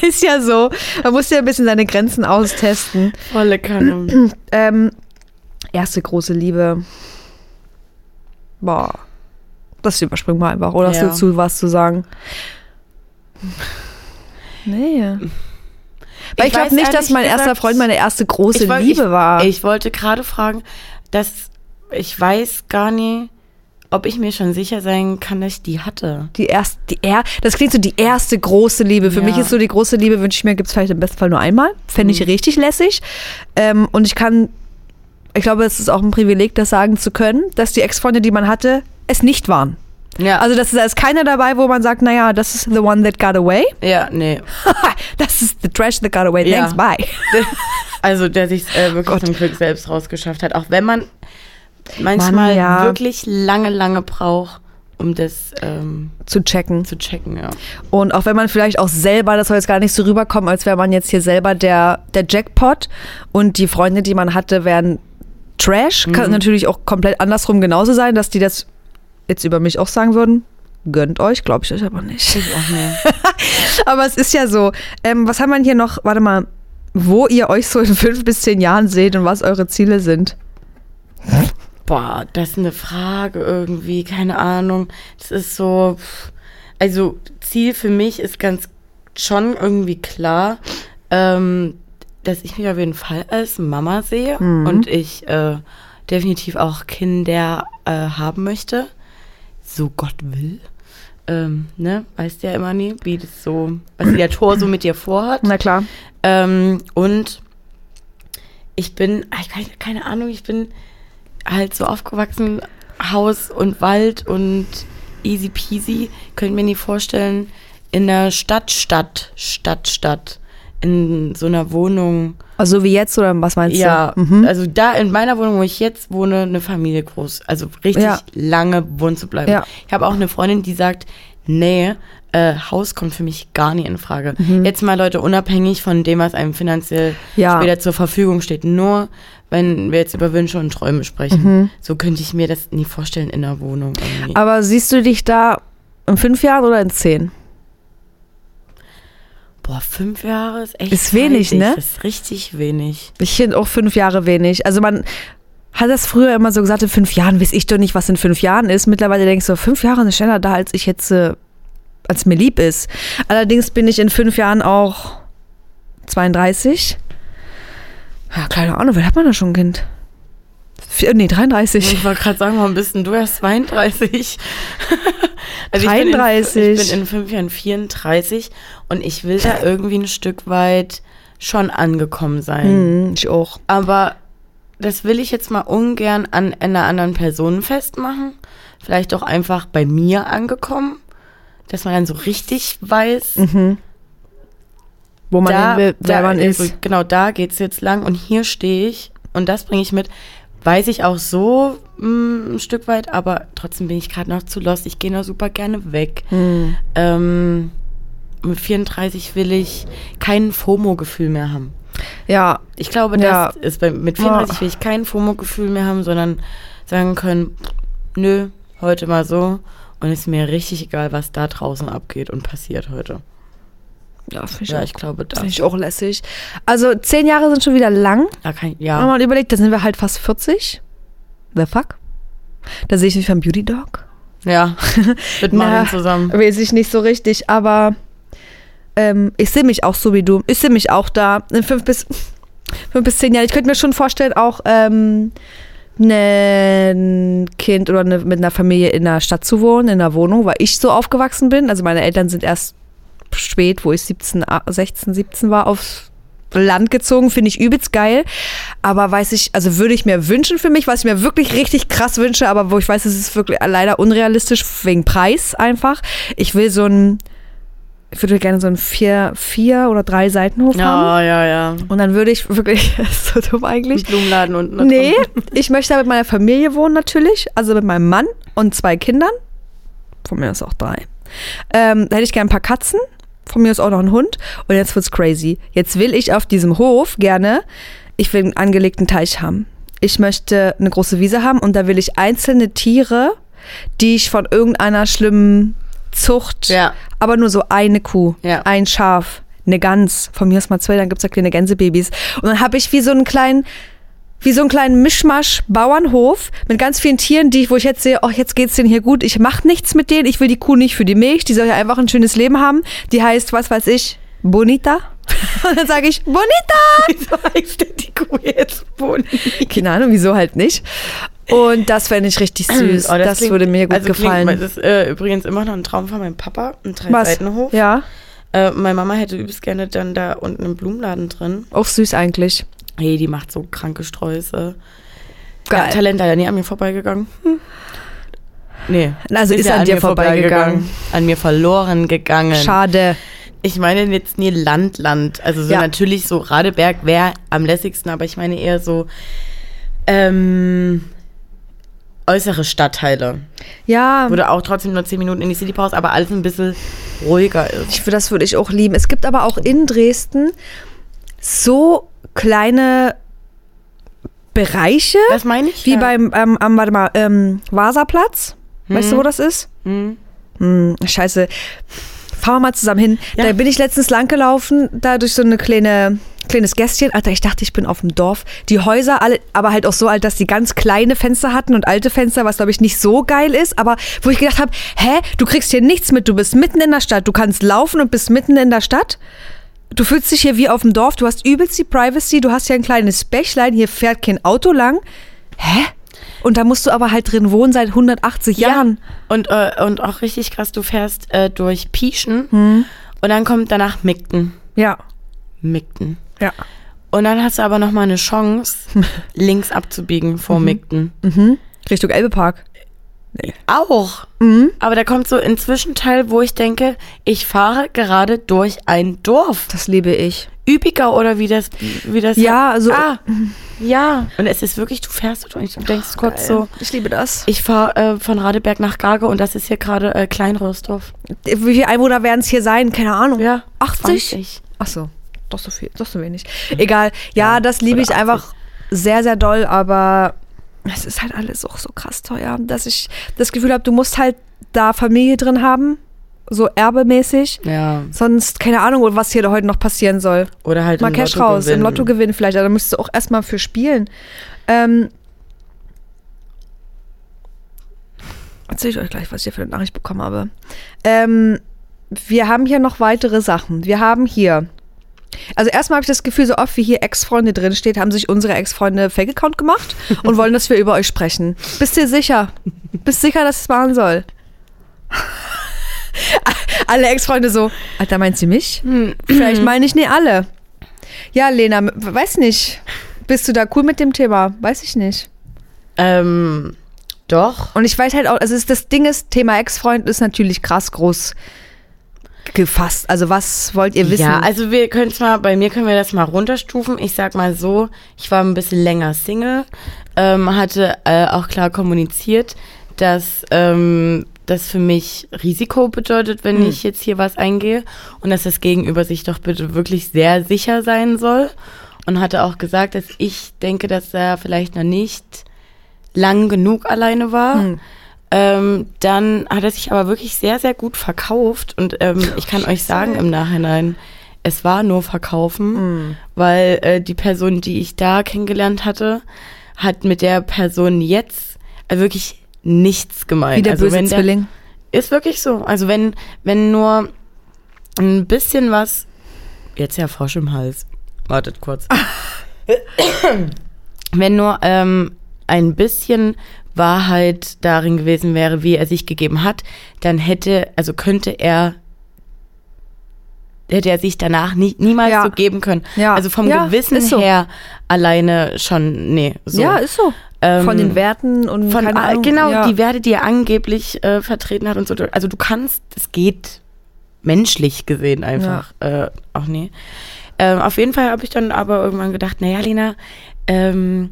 Ist ja so. Man muss ja ein bisschen seine Grenzen austesten. Volle Kanone. Ähm, erste große Liebe. Boah. Das überspringen wir einfach. Oder hast du Ja. dazu was zu sagen? Nee. Weil ich, Ich weiß glaube nicht, dass ehrlich mein gesagt- erster Freund meine erste große woll- Liebe ich, war. Ich wollte gerade fragen, dass ich weiß gar nicht, ob ich mir schon sicher sein kann, dass ich die hatte. Die erste, die er, das klingt so die erste große Liebe. Für Ja. Mhm. mich ist so die große Liebe, wünsche ich mir, gibt es vielleicht im besten Fall nur einmal. Fände ich richtig lässig. Ähm, und ich kann, ich glaube, es ist auch ein Privileg, das sagen zu können, dass die Ex-Freunde, die man hatte, es nicht waren. Ja, also Also das ist, da ist keiner dabei, wo man sagt, naja, das ist the one that got away. ja, nee. das ist the trash that got away. Ja. Thanks, bye. Also der sich äh, Oh wirklich zum Glück selbst rausgeschafft hat, auch wenn man manchmal Mann, ja. wirklich lange, lange braucht, um das ähm, Zu checken. zu checken. Ja. Und auch wenn man vielleicht auch selber, das soll jetzt gar nicht so rüberkommen, als wäre man jetzt hier selber der, der Jackpot und die Freunde, die man hatte, wären Trash. Kann natürlich auch komplett andersrum genauso sein, dass die das jetzt über mich auch sagen würden. Gönnt euch, glaube ich euch aber nicht. Ich auch nicht. Aber es ist ja so. Ähm, was haben wir denn hier noch? Warte mal, wo ihr euch so in fünf bis zehn Jahren seht und was eure Ziele sind. Boah, das ist eine Frage irgendwie, keine Ahnung. Das ist so, pff, also Ziel für mich ist ganz schon irgendwie klar, ähm, dass ich mich auf jeden Fall als Mama sehe und ich äh, definitiv auch Kinder äh, haben möchte, so Gott will. Ähm, ne, weißt ja immer nie, wie das so, was der Tor so mit dir vorhat. Na klar. Ähm, und ich bin, ah, ich keine, keine Ahnung, ich bin halt so aufgewachsen, Haus und Wald und easy peasy. Könnt mir nie vorstellen, in der Stadt, Stadt, Stadt, Stadt, in so einer Wohnung. Also wie jetzt oder was meinst Ja, du? Mhm. also da in meiner Wohnung, wo ich jetzt wohne, eine Familie groß. Also richtig Ja. lange wohnen zu bleiben. Ja. Ich habe auch eine Freundin, die sagt, nee, äh, Haus kommt für mich gar nicht in Frage. Jetzt mal Leute, unabhängig von dem, was einem finanziell Mhm. Ja. später zur Verfügung steht. Nur wenn wir jetzt über Wünsche und Träume Mhm. sprechen. So könnte ich mir das nie vorstellen in einer Wohnung. Irgendwie. Aber siehst du dich da in fünf Jahren oder in zehn? Boah, fünf Jahre ist echt Ist wenig, zeitig. ne? Ist richtig wenig. Ich finde auch fünf Jahre wenig. Also man hat das früher immer so gesagt, in fünf Jahren weiß ich doch nicht, was in fünf Jahren ist. Mittlerweile denkst du, fünf Jahre ist schneller da, als ich jetzt, äh, als mir lieb ist. Allerdings bin ich in fünf Jahren auch 32. Ja, keine Ahnung, wann hat man da schon ein Kind? Vier, nee, 33. Ich wollte gerade sagen, warum bist denn du erst 32? also ich bin in- 33. Ich bin in fünf Jahren 34 und ich will da irgendwie ein Stück weit schon angekommen sein. Hm, ich auch. Aber das will ich jetzt mal ungern an einer anderen Person festmachen. Vielleicht auch einfach bei mir angekommen, dass man dann so richtig weiß, Wo man hin will, wer man also ist. Genau, da geht's jetzt lang und hier stehe ich und das bringe ich mit. Weiß ich auch so mh, ein Stück weit, aber trotzdem bin ich gerade noch zu lost. Ich gehe noch super gerne weg. Hm. Ähm, mit 34 will ich kein FOMO-Gefühl mehr haben. Ja, Ich glaube, Ja. das ist bei, mit 34 will ich kein FOMO-Gefühl mehr haben, sondern sagen können, nö, heute mal so. Und ist mir richtig egal, was da draußen abgeht und passiert heute. ja finde ich, Ja, auch- ich glaube, das. find ich auch lässig. Also zehn Jahre sind schon wieder lang. Da kann ich, Wenn ja. man überlegt, da sind wir halt fast 40. The fuck? Da sehe ich mich beim Beauty Dog. Ja, mit Marvin zusammen. Weiß ich nicht so richtig, aber ähm, ich sehe mich auch so wie du. Ich sehe mich auch da in fünf bis, fünf bis zehn Jahren. Ich könnte mir schon vorstellen, auch ähm, ein ne, Kind oder ne- mit einer Familie in der Stadt zu wohnen, in einer Wohnung, weil ich so aufgewachsen bin. Also meine Eltern sind erst spät, wo ich 17, a- 16, 17 war, aufs Land gezogen, finde ich übelst geil. Aber weiß ich, also würde ich mir wünschen für mich, was ich mir wirklich richtig krass wünsche, aber wo ich weiß, es ist wirklich leider unrealistisch wegen Preis einfach. Ich will so ein, ich würde gerne so ein vier, vier oder drei Seitenhof haben. Ja, ja, ja. Und dann würde ich wirklich, ist so dumm eigentlich. Ein Blumenladen unten. da Nee, drin. ich möchte da mit meiner Familie wohnen natürlich, also mit meinem Mann und zwei Kindern. Von mir aus auch drei. Ähm, da hätte ich gerne ein paar Katzen, von mir ist auch noch ein Hund. Und jetzt wird's crazy. Jetzt will ich auf diesem Hof gerne, ich will einen angelegten Teich haben. Ich möchte eine große Wiese haben und da will ich einzelne Tiere, die ich von irgendeiner schlimmen Zucht, Ja. aber nur so eine Kuh, Ja. ein Schaf, eine Gans, von mir aus mal zwei, dann gibt's ja kleine Gänsebabys. Und dann habe ich wie so einen kleinen wie so einen kleinen Mischmasch-Bauernhof mit ganz vielen Tieren, die ich, wo ich jetzt sehe, oh, jetzt geht's denen hier gut, ich mach nichts mit denen, ich will die Kuh nicht für die Milch, die soll ja einfach ein schönes Leben haben. Die heißt, was weiß ich, Bonita. Und dann sage ich, Bonita! Wieso heißt denn die Kuh jetzt Boni? Keine Ahnung, wieso halt nicht. Und das fände ich richtig süß. Oh, das klingt- würde mir gut also klingt- gefallen. das ist äh, übrigens immer noch ein Traum von meinem Papa, ein Dreiseitenhof. Ja, Äh, meine Mama hätte übelst gerne dann da unten im Blumenladen drin. auch süß eigentlich. Hey, die macht so kranke Sträuße. Ja, Geil. Talent leider nie an mir vorbeigegangen. Hm. Nee. Also ist ja an dir mir vorbeigegangen. An mir verloren gegangen. Schade. Ich meine jetzt nie Land, Land. Also so Ja. natürlich so Radeberg wäre am lässigsten, aber ich meine eher so ähm, äußere Stadtteile. Ja, Wo du auch trotzdem nur 10 Minuten in die City brauchst, aber alles ein bisschen ruhiger ist. Ich, das würde ich auch lieben. Es gibt aber auch in Dresden so kleine Bereiche, Das meine ich. wie ja. beim, ähm, am, warte mal, ähm, Vasaplatz. Weißt du, wo das ist? Hm. Hm, scheiße. Fahren wir mal zusammen hin. Ja. Da bin ich letztens lang gelaufen, da durch so eine kleine kleines Gästchen. Alter, ich dachte, ich bin auf dem Dorf. Die Häuser alle, aber halt auch so alt, dass die ganz kleine Fenster hatten und alte Fenster, was glaube ich nicht so geil ist, aber wo ich gedacht habe, hä, du kriegst hier nichts mit, du bist mitten in der Stadt, du kannst laufen und bist mitten in der Stadt. Du fühlst dich hier wie auf dem Dorf, du hast übelst die Privacy, du hast hier ein kleines Bächlein, hier fährt kein Auto lang. Hä? Und da musst du aber halt drin wohnen seit 180 Jahren. Und, äh, und auch richtig krass, du fährst äh, durch Pieschen und dann kommt danach Mickten. Ja. Mickten. Ja. Und dann hast du aber nochmal eine Chance, links abzubiegen vor Mickten. Richtung Elbepark. Auch. Aber da kommt so ein Zwischenteil, wo ich denke, ich fahre gerade durch ein Dorf. Das liebe ich. Übiger oder wie das, wie das Ja, also Ah, ja. Und es ist wirklich, du fährst und du denkst kurz so, Ich liebe das. ich fahre äh, von Radeberg nach Gage und das ist hier gerade äh, Kleinrösdorf. Wie viele Einwohner werden es hier sein? Keine Ahnung. Ja. 80? 20. Ach so, doch so viel, doch so wenig. Egal. Ja, das liebe ich Hm. oder einfach sehr, sehr doll, aber es ist halt alles auch so krass teuer, dass ich das Gefühl habe, du musst halt da Familie drin haben, so erbemäßig. Ja. Sonst keine Ahnung, was hier heute noch passieren soll. Oder halt mal im Cash Lotto raus, im gewinnen. Lotto gewinnen vielleicht, aber da müsstest du auch erstmal für spielen. Ähm, erzähl ich euch gleich, was ich hier für eine Nachricht bekommen habe. Ähm, wir haben hier noch weitere Sachen. Wir haben hier. Also erstmal habe ich das Gefühl, so oft wie hier Ex-Freunde drin steht, haben sich unsere Ex-Freunde Fake-Account gemacht und wollen, dass wir über euch sprechen. Bist du sicher? Bist sicher, dass es machen soll? alle Ex-Freunde so, Alter, meint sie mich? Hm. Vielleicht meine ich, nee, alle. Ja, Lena, m- weiß nicht. Bist du da cool mit dem Thema? Weiß ich nicht. Ähm, doch. Und ich weiß halt auch, also ist das Ding ist, Thema Ex-Freund ist natürlich krass groß gefasst. Also was wollt ihr wissen? Ja, also wir können mal, bei mir können wir das mal runterstufen. Ich sag mal so, ich war ein bisschen länger Single, ähm, hatte äh, auch klar kommuniziert, dass ähm, das für mich Risiko bedeutet, Hm. wenn ich jetzt hier was eingehe und dass das Gegenüber sich doch bitte wirklich sehr sicher sein soll. Und hatte auch gesagt, dass ich denke, dass er vielleicht noch nicht lang genug alleine war. Hm. Ähm, dann hat er sich aber wirklich sehr, sehr gut verkauft. Und ähm, Oh, ich kann euch sagen im Nachhinein, es war nur Hm. verkaufen, weil äh, die Person, die ich da kennengelernt hatte, hat mit der Person jetzt äh, wirklich nichts gemeint. wie der also, böse wenn Zwilling. ist wirklich so. Also wenn, wenn nur ein bisschen was. Jetzt ja Frosch im Hals. Wartet kurz. wenn nur ähm, ein bisschen Wahrheit darin gewesen wäre, wie er sich gegeben hat, dann hätte, also könnte er hätte er sich danach nie, niemals Ja. so geben können. Ja. Also vom Ja, Gewissen ist so. her alleine schon, nee. So. Ja, ist so. Ähm, von den Werten und Von, keine ah, Ahnung. genau, ja. die Werte, die er angeblich äh, vertreten hat und so. Also du kannst, es geht menschlich gesehen einfach. Äh, auch nee. Ähm, auf jeden Fall habe ich dann aber irgendwann gedacht, naja, Lena, ähm,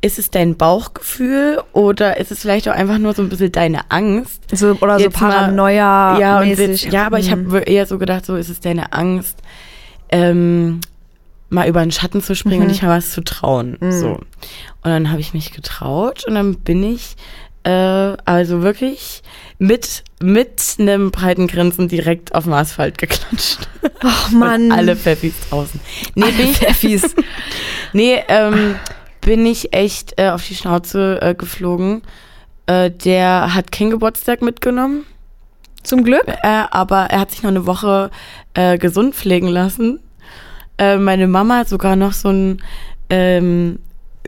ist es dein Bauchgefühl oder ist es vielleicht auch einfach nur so ein bisschen deine Angst? So, oder so Jetzt mal- Paranoia. ja, und mäßig. Mhm. jetzt, ja, aber ich habe eher so gedacht, so ist es deine Angst, ähm, mal über den Schatten zu springen Mhm. und dich mal was zu trauen. So. Und dann habe ich mich getraut und dann bin ich äh, also wirklich mit mit einem breiten Grinsen direkt auf dem Asphalt geklatscht. Ach Mann. Und alle Pfeffis draußen. Nee, Alle bin ich, Pfeffis. nee ähm, bin ich echt äh, auf die Schnauze äh, geflogen. Äh, der hat keinen Geburtstag mitgenommen. Zum Glück. Äh, aber er hat sich noch eine Woche äh, gesund pflegen lassen. Äh, meine Mama hat sogar noch so ein ähm,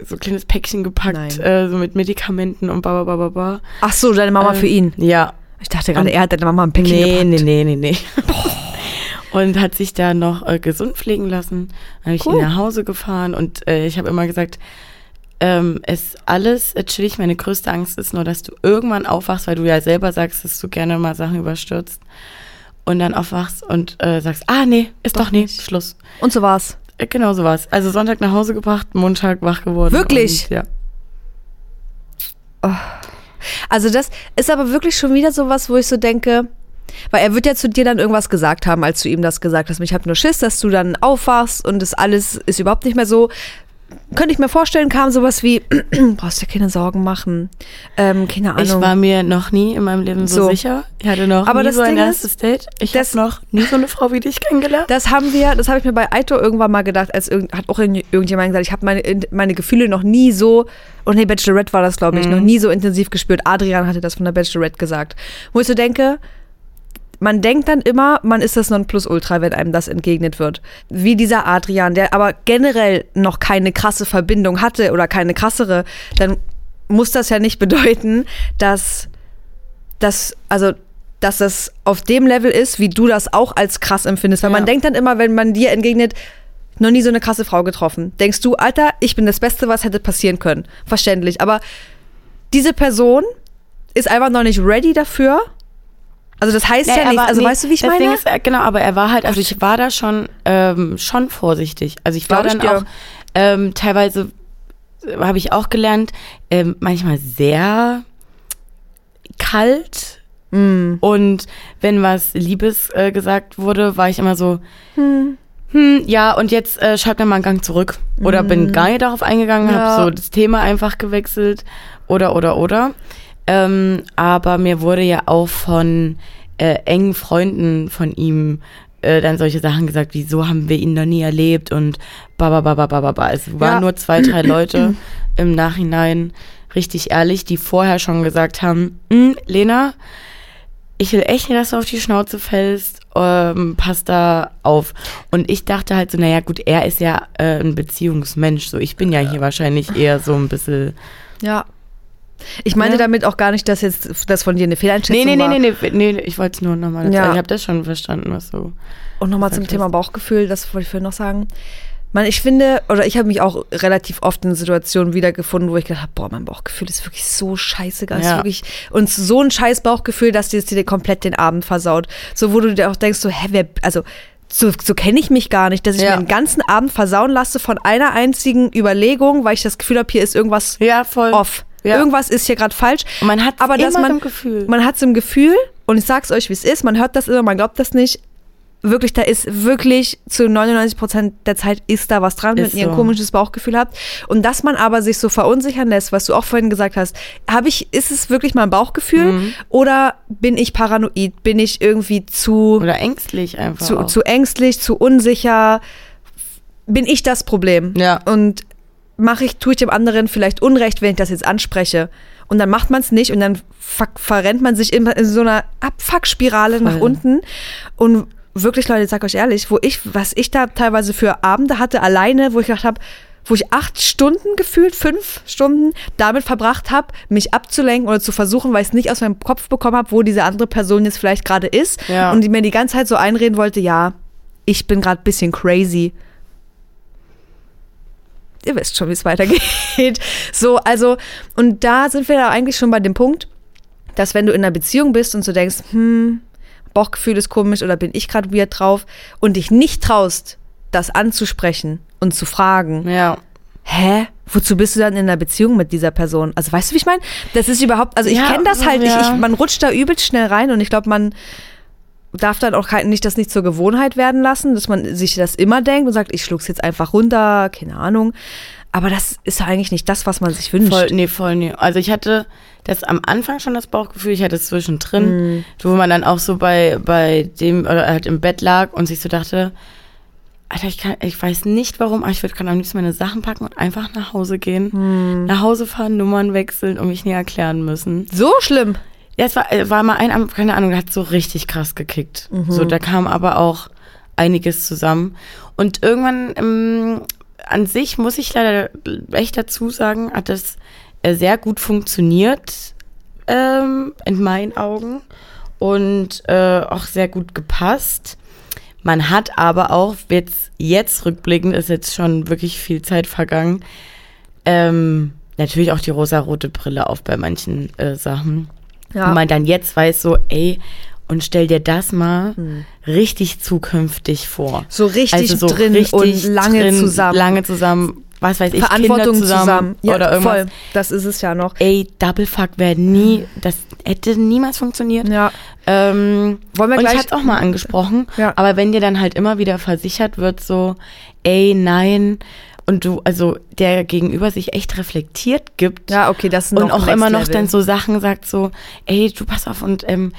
so ein kleines Päckchen gepackt, Nein. äh, so mit Medikamenten und ba ba ba ba ba. Ach so, deine Mama Ähm, für ihn. Ja. Ich dachte gerade, er hat deine Mama ein Päckchen Nee, gepackt. nee, nee, nee, nee. Und hat sich da noch äh, gesund pflegen lassen. Dann habe ich Cool. ihn nach Hause gefahren und äh, ich habe immer gesagt, ähm, es alles äh, chillig. Meine größte Angst ist nur, dass du irgendwann aufwachst, weil du ja selber sagst, dass du gerne mal Sachen überstürzt. Und dann aufwachst und äh, sagst, ah nee, ist doch, Doch nee, nicht. Schluss. Und so war's. Äh, genau so war's. Also Sonntag nach Hause gebracht, Montag wach geworden. Wirklich? Und, ja. Also das ist aber wirklich schon wieder sowas, wo ich so denke, weil er wird ja zu dir dann irgendwas gesagt haben, als du ihm das gesagt hast. Ich habe nur Schiss, dass du dann aufwachst und das alles ist überhaupt nicht mehr so. Könnte ich mir vorstellen, kam sowas wie, brauchst dir keine Sorgen machen. Ähm, keine Ahnung. Ich war mir noch nie in meinem Leben so, So. sicher. Ich hatte noch Aber nie das so ein Ding erstes Date. Ich habe das- noch nie so eine Frau wie dich kennengelernt. Das haben wir, das habe ich mir bei Aito irgendwann mal gedacht, als irgend, hat auch irgend- irgendjemand gesagt, ich habe meine, meine Gefühle noch nie so, oh nee, Bachelorette war das, glaube ich, noch nie so intensiv gespürt. Adrian hatte das von der Bachelorette gesagt. Wo ich so denke, man denkt dann immer, man ist das Nonplusultra, wenn einem das entgegnet wird. Wie dieser Adrian, der aber generell noch keine krasse Verbindung hatte oder keine krassere, dann muss das ja nicht bedeuten, dass dass, also, dass das auf dem Level ist, wie du das auch als krass empfindest. Weil Ja. man denkt dann immer, wenn man dir entgegnet, noch nie so eine krasse Frau getroffen. Denkst du, Alter, ich bin das Beste, was hätte passieren können. Verständlich. Aber diese Person ist einfach noch nicht ready dafür. Also das heißt ja Nee, nichts. aber Also nee, weißt du, wie ich das Ding meine? Ist, äh, genau, aber er war halt, also ich war da schon, ähm, schon vorsichtig. Also ich war Glaub ich dann auch dir. ähm, teilweise, äh, habe ich auch gelernt, ähm, manchmal sehr kalt. Hm. Und wenn was Liebes äh, gesagt wurde, war ich immer so, hm, ja, und jetzt äh, schreibt mir mal einen Gang zurück. Oder bin gar nicht darauf eingegangen, hab Hm. Ja. habe so das Thema einfach gewechselt. Oder, oder, oder. Ähm, aber mir wurde ja auch von äh, engen Freunden von ihm äh, dann solche Sachen gesagt, wie so haben wir ihn noch nie erlebt und ba, ba, ba, ba, ba, ba, ba. Es waren Ja. nur zwei, drei Leute im Nachhinein richtig ehrlich, die vorher schon gesagt haben, "Hm, Lena, ich will echt nicht, dass du auf die Schnauze fällst, ähm, pass da auf. Und ich dachte halt so, naja gut, er ist ja äh, ein Beziehungsmensch, so ich bin ja hier wahrscheinlich eher so ein bisschen... Ja. Ich meine Ja. damit auch gar nicht, dass jetzt das von dir eine Nee, Fehleinschätzung nee, nee, war. nee, nee, nee, nee, ich wollte es nur nochmal erzählen. Ja. Ich habe das schon verstanden, was so... Und nochmal Sag zum was. Thema Bauchgefühl, das wollte ich vorhin noch sagen. Man, ich finde, oder ich habe mich auch relativ oft in Situationen wiedergefunden, wo ich gedacht habe, boah, mein Bauchgefühl ist wirklich so scheiße, das ist Ja. wirklich und so ein scheiß Bauchgefühl, dass dir das dir komplett den Abend versaut. So wo du dir auch denkst, so hä, wer, also so, so kenne ich mich gar nicht, dass ich Ja. mir den ganzen Abend versauen lasse von einer einzigen Überlegung, weil ich das Gefühl habe, hier ist irgendwas Ja, voll. off. Ja. Irgendwas ist hier gerade falsch. Und man hat's aber dass immer man, im Gefühl. Man hat es im Gefühl und ich sag's euch, wie es ist. Man hört das immer, man glaubt das nicht. Wirklich, da ist wirklich zu 99 Prozent der Zeit ist da was dran, Ist wenn ihr ein so. komisches Bauchgefühl habt. Und dass man aber sich so verunsichern lässt, was du auch vorhin gesagt hast, habe ich, ist es wirklich mein Bauchgefühl Mhm. oder bin ich paranoid? Bin ich irgendwie zu, Oder ängstlich einfach zu, auch. zu ängstlich, zu unsicher? Bin ich das Problem? Ja. Und mache ich, tue ich dem anderen vielleicht Unrecht, wenn ich das jetzt anspreche. Und dann macht man es nicht und dann ver verrennt man sich immer in so einer Abfuck-Spirale nach Voll. unten. Und wirklich, Leute, ich sag euch ehrlich, wo ich, was ich da teilweise für Abende hatte, alleine, wo ich gedacht habe, wo ich acht Stunden gefühlt, fünf Stunden damit verbracht habe, mich abzulenken oder zu versuchen, weil ich es nicht aus meinem Kopf bekommen habe, wo diese andere Person jetzt vielleicht gerade ist. Ja. Und die mir die ganze Zeit so einreden wollte, ja, ich bin gerade ein bisschen crazy ihr wisst schon, wie es weitergeht. So, also, und da sind wir da eigentlich schon bei dem Punkt, dass wenn du in einer Beziehung bist und so denkst, hm, Bauchgefühl ist komisch oder bin ich gerade weird drauf und dich nicht traust, das anzusprechen und zu fragen, ja. hä, wozu bist du dann in einer Beziehung mit dieser Person? Also weißt du, wie ich meine? Das ist überhaupt, also ich Ja, kenne das halt nicht. ja. Ich, man rutscht da übelst schnell rein und ich glaube, man darf dann auch kein- nicht das nicht zur Gewohnheit werden lassen, dass man sich das immer denkt und sagt, ich schluck's jetzt einfach runter, keine Ahnung. Aber das ist ja eigentlich nicht das, was man sich wünscht. Voll, nee, voll, nee. Also ich hatte das am Anfang schon das Bauchgefühl, ich hatte es zwischendrin, wo man dann auch so bei, bei dem, oder halt im Bett lag und sich so dachte, Alter, ich, kann, ich weiß nicht warum, aber ich würde kann am liebsten meine Sachen packen und einfach nach Hause gehen, nach Hause fahren, Nummern wechseln und mich nie erklären müssen. So schlimm. Ja, es war, äh, war mal ein Abend, keine Ahnung, der hat so richtig krass gekickt. So, da kam aber auch einiges zusammen. Und irgendwann, ähm, an sich muss ich leider echt dazu sagen, hat das äh, sehr gut funktioniert, ähm, in meinen Augen. Und äh, auch sehr gut gepasst. Man hat aber auch jetzt, jetzt rückblickend, ist jetzt schon wirklich viel Zeit vergangen, ähm, natürlich auch die rosarote Brille auf bei manchen äh, Sachen. Ja. Wo man dann jetzt weiß, so, ey, und stell dir das mal richtig zukünftig vor. Hm. So richtig also so drin richtig und lange drin, zusammen. Lange zusammen, was weiß ich, Verantwortung Kinder zusammen, Ja, oder irgendwas. voll. Hm. Das ist es ja noch. Ey, Double Fuck wäre nie, das hätte niemals funktioniert. Ja. Ähm, Wollen wir und gleich- ich hatte es auch mal angesprochen, Ja. aber wenn dir dann halt immer wieder versichert wird, so, ey, nein, und du, also der gegenüber sich echt reflektiert gibt Ja, okay, das ist und noch auch Next immer noch Level. dann so Sachen sagt, so, ey, du pass auf und ähm,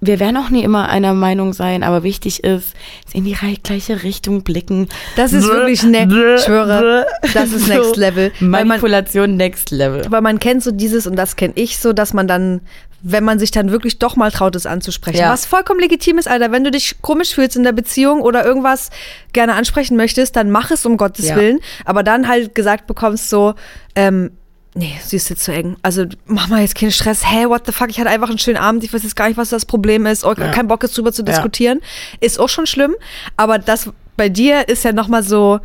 wir werden auch nie immer einer Meinung sein, aber wichtig ist, dass in die rei- gleiche Richtung blicken. Das ist wirklich ne- Bläh, ich schwöre, bläh. das ist Next Level. Weil man- Manipulation Next Level. Weil man kennt so dieses und das kenne ich so, dass man dann, wenn man sich dann wirklich doch mal traut, es anzusprechen. Ja. Was vollkommen legitim ist, Alter. Wenn du dich komisch fühlst in der Beziehung oder irgendwas gerne ansprechen möchtest, dann mach es um Gottes Ja. Willen. Aber dann halt gesagt bekommst so, ähm, nee, sie ist jetzt zu eng. Also mach mal jetzt keinen Stress. Hey, what the fuck, ich hatte einfach einen schönen Abend. Ich weiß jetzt gar nicht, was das Problem ist. Oh, Ja. Kein Bock jetzt drüber zu Ja. diskutieren. Ist auch schon schlimm. Aber das bei dir ist ja nochmal so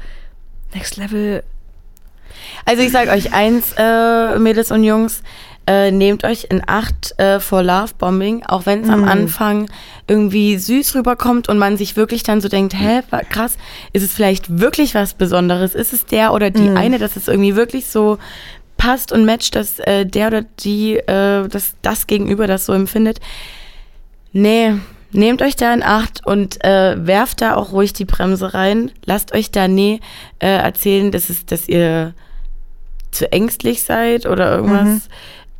Next Level Also ich sag euch eins, äh, Mädels und Jungs, äh, nehmt euch in Acht äh, vor Lovebombing, auch wenn es am Anfang irgendwie süß rüberkommt und man sich wirklich dann so denkt, hä, wa- krass, ist es vielleicht wirklich was Besonderes? Ist es der oder die eine, dass es irgendwie wirklich so passt und matcht, dass äh, der oder die, äh, dass das Gegenüber das so empfindet? Nee, nehmt euch da in Acht und äh, werft da auch ruhig die Bremse rein. Lasst euch da nie äh, erzählen, dass, es, dass ihr zu ängstlich seid oder irgendwas. Mhm.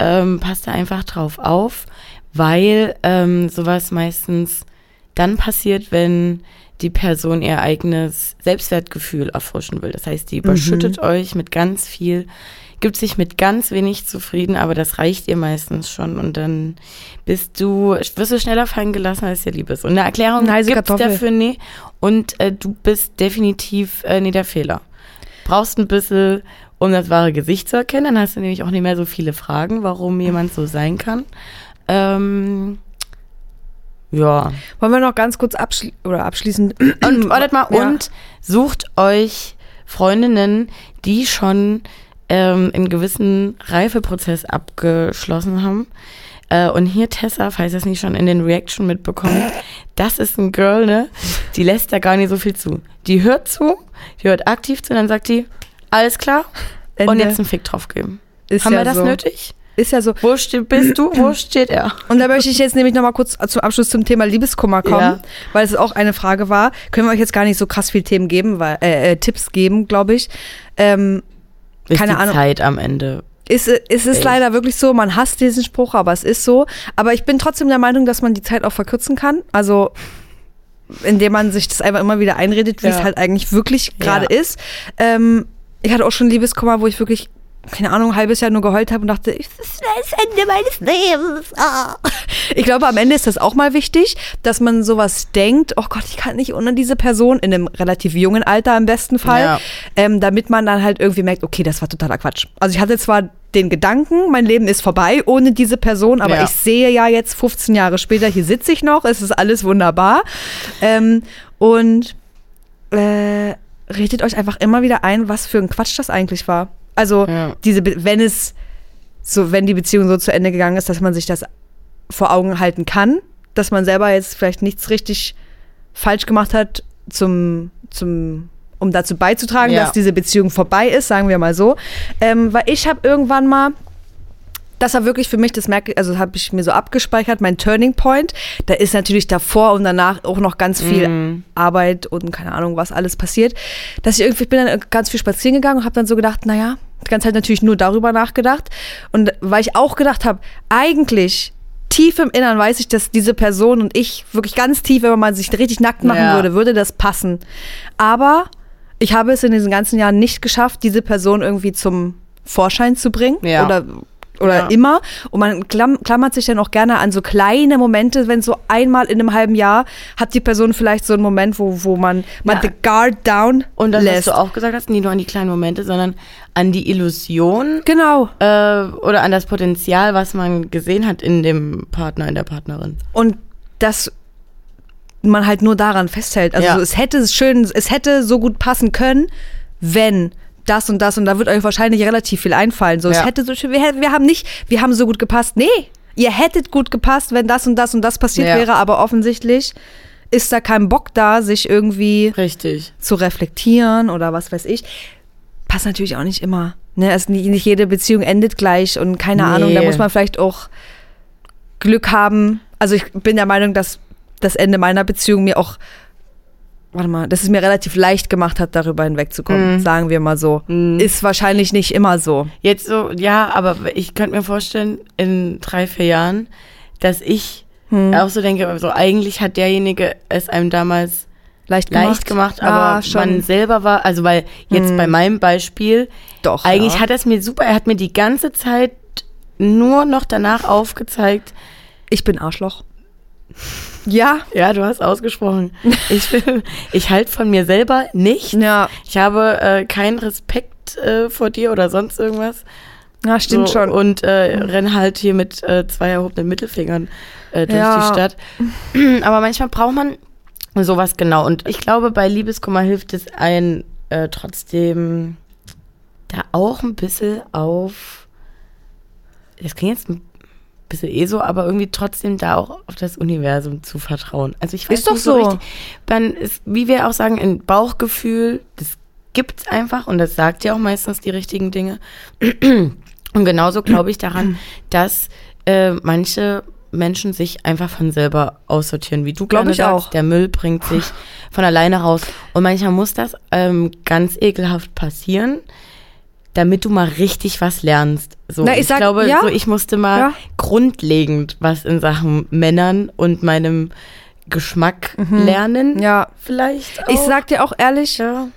Ähm, passt da einfach drauf auf, weil ähm, sowas meistens dann passiert, wenn die Person ihr eigenes Selbstwertgefühl erfrischen will. Das heißt, die überschüttet Mhm. euch mit ganz viel, gibt sich mit ganz wenig zufrieden, aber das reicht ihr meistens schon und dann bist du, wirst du schneller fallen gelassen, als dir lieb ist. Und eine Erklärung Eine heiße gibt's Kartoffel. dafür nie und äh, du bist definitiv äh, nie der Fehler. Brauchst ein bisschen, um das wahre Gesicht zu erkennen, dann hast du nämlich auch nicht mehr so viele Fragen, warum jemand so sein kann. Ähm, ja. Wollen wir noch ganz kurz abschli oder abschließend Und wartet mal, Ja. und sucht euch Freundinnen, die schon ähm, einen gewissen Reifeprozess abgeschlossen haben. Äh, und hier Tessa, falls ihr es nicht schon in den Reaction mitbekommt, das ist ein Girl, ne? Die lässt da gar nicht so viel zu. Die hört zu, die hört aktiv zu, dann sagt die, alles klar, und Ende. jetzt einen Fick drauf geben. Ist haben ja wir das so. nötig? ist ja so. Wo ste bist du? Wo steht er? Und da möchte ich jetzt nämlich nochmal kurz zum Abschluss zum Thema Liebeskummer kommen, Ja. weil es auch eine Frage war. Können wir euch jetzt gar nicht so krass viel Themen geben, weil äh, äh, Tipps geben, glaube ich. Ähm, Keine ist die Ahnung. Zeit am Ende. ist, ist es Ey. leider wirklich so, man hasst diesen Spruch, aber es ist so. Aber ich bin trotzdem der Meinung, dass man die Zeit auch verkürzen kann. Also indem man sich das einfach immer wieder einredet, wie Ja. es halt eigentlich wirklich gerade Ja. ist. Ähm, ich hatte auch schon Liebeskummer, wo ich wirklich, keine Ahnung, ein halbes Jahr nur geheult habe und dachte, ich- das ist das Ende meines Lebens. Ah. Ich glaube, am Ende ist das auch mal wichtig, dass man sowas denkt, oh Gott, ich kann nicht ohne diese Person, in einem relativ jungen Alter im besten Fall, Ja. ähm, damit man dann halt irgendwie merkt, okay, das war totaler Quatsch. Also ich hatte zwar den Gedanken, mein Leben ist vorbei ohne diese Person, aber Ja. ich sehe ja jetzt 15 Jahre später, hier sitze ich noch, es ist alles wunderbar. Ähm, und äh, redet euch einfach immer wieder ein, was für ein Quatsch das eigentlich war. Also Ja. diese, Be- wenn es so, wenn die Beziehung so zu Ende gegangen ist, dass man sich das vor Augen halten kann, dass man selber jetzt vielleicht nichts richtig falsch gemacht hat zum, zum um dazu beizutragen, Ja. dass diese Beziehung vorbei ist, sagen wir mal so. Ähm, weil ich habe irgendwann mal, das war wirklich für mich, das merke also habe ich mir so abgespeichert, mein Turning Point. Da ist natürlich davor und danach auch noch ganz viel Arbeit und keine Ahnung, was alles passiert. Dass ich irgendwie, ich bin dann ganz viel spazieren gegangen und habe dann so gedacht, naja, die ganze Zeit natürlich nur darüber nachgedacht. Und weil ich auch gedacht habe, eigentlich. Tief im Innern weiß ich, dass diese Person und ich wirklich ganz tief, wenn man sich richtig nackt machen Ja. würde, würde das passen. Aber ich habe es in diesen ganzen Jahren nicht geschafft, diese Person irgendwie zum Vorschein zu bringen Ja. oder oder Ja. immer. Und man klam klammert sich dann auch gerne an so kleine Momente, wenn so einmal in einem halben Jahr hat die Person vielleicht so einen Moment, wo, wo man, man Ja. the guard down Und das, was lässt. du auch gesagt hast, nicht nur an die kleinen Momente, sondern an die Illusion genau. äh, oder an das Potenzial, was man gesehen hat in dem Partner, in der Partnerin. Und das man halt nur daran festhält. Also Ja. so, es hätte es schön, es hätte so gut passen können, wenn das und das und da wird euch wahrscheinlich relativ viel einfallen. So, es Ja. hätte so schön, wir, hätten- wir haben nicht, wir haben so gut gepasst. Nee, ihr hättet gut gepasst, wenn das und das und das passiert Ja. wäre, aber offensichtlich ist da kein Bock da, sich irgendwie Richtig. zu reflektieren oder was weiß ich. Passt natürlich auch nicht immer. Ne? Es, nie- nicht jede Beziehung endet gleich und keine Nee. Ahnung, da muss man vielleicht auch Glück haben. Also ich bin der Meinung, dass das Ende meiner Beziehung mir auch, warte mal, dass es mir relativ leicht gemacht hat, darüber hinwegzukommen, Mhm. sagen wir mal so. Ist wahrscheinlich nicht immer so. Jetzt so, ja, aber ich könnte mir vorstellen, in drei, vier Jahren, dass ich Hm. auch so denke, also eigentlich hat derjenige es einem damals Leicht gemacht. leicht gemacht, Ja, aber schon. Hm. man selber war, also weil jetzt bei meinem Beispiel, Doch, eigentlich ja. hat er es mir super, er hat mir die ganze Zeit nur noch danach aufgezeigt, ich bin Arschloch. Ja. ja, du hast ausgesprochen. Ich, bin- ich halte von mir selber nichts. Ja, Ich habe äh, keinen Respekt äh, vor dir oder sonst irgendwas. ja stimmt so, schon. Und äh, renn halt hier mit äh, zwei erhobenen Mittelfingern äh, durch Ja. die Stadt. Aber manchmal braucht man sowas genau. Und ich glaube, bei Liebeskummer hilft es ein äh, trotzdem da auch ein bisschen auf. Das klingt jetzt ein bisschen eh so, aber irgendwie trotzdem da auch auf das Universum zu vertrauen. Also ich weiß Ist doch nicht so. richtig. Man ist, wie wir auch sagen, ein Bauchgefühl, das gibt's einfach und das sagt ja auch meistens die richtigen Dinge. Und genauso glaube ich daran, dass äh, manche Menschen sich einfach von selber aussortieren, wie du Glaub gerne ich sagst. auch. Der Müll bringt sich von alleine raus. Und manchmal muss das ähm, ganz ekelhaft passieren, damit du mal richtig was lernst. So, Na, ich sag- glaube, ja. so, ich musste mal Ja. grundlegend was in Sachen Männern und meinem Geschmack lernen. Mhm. Ja. Vielleicht. Auch. Ich sag dir auch ehrlich, ja.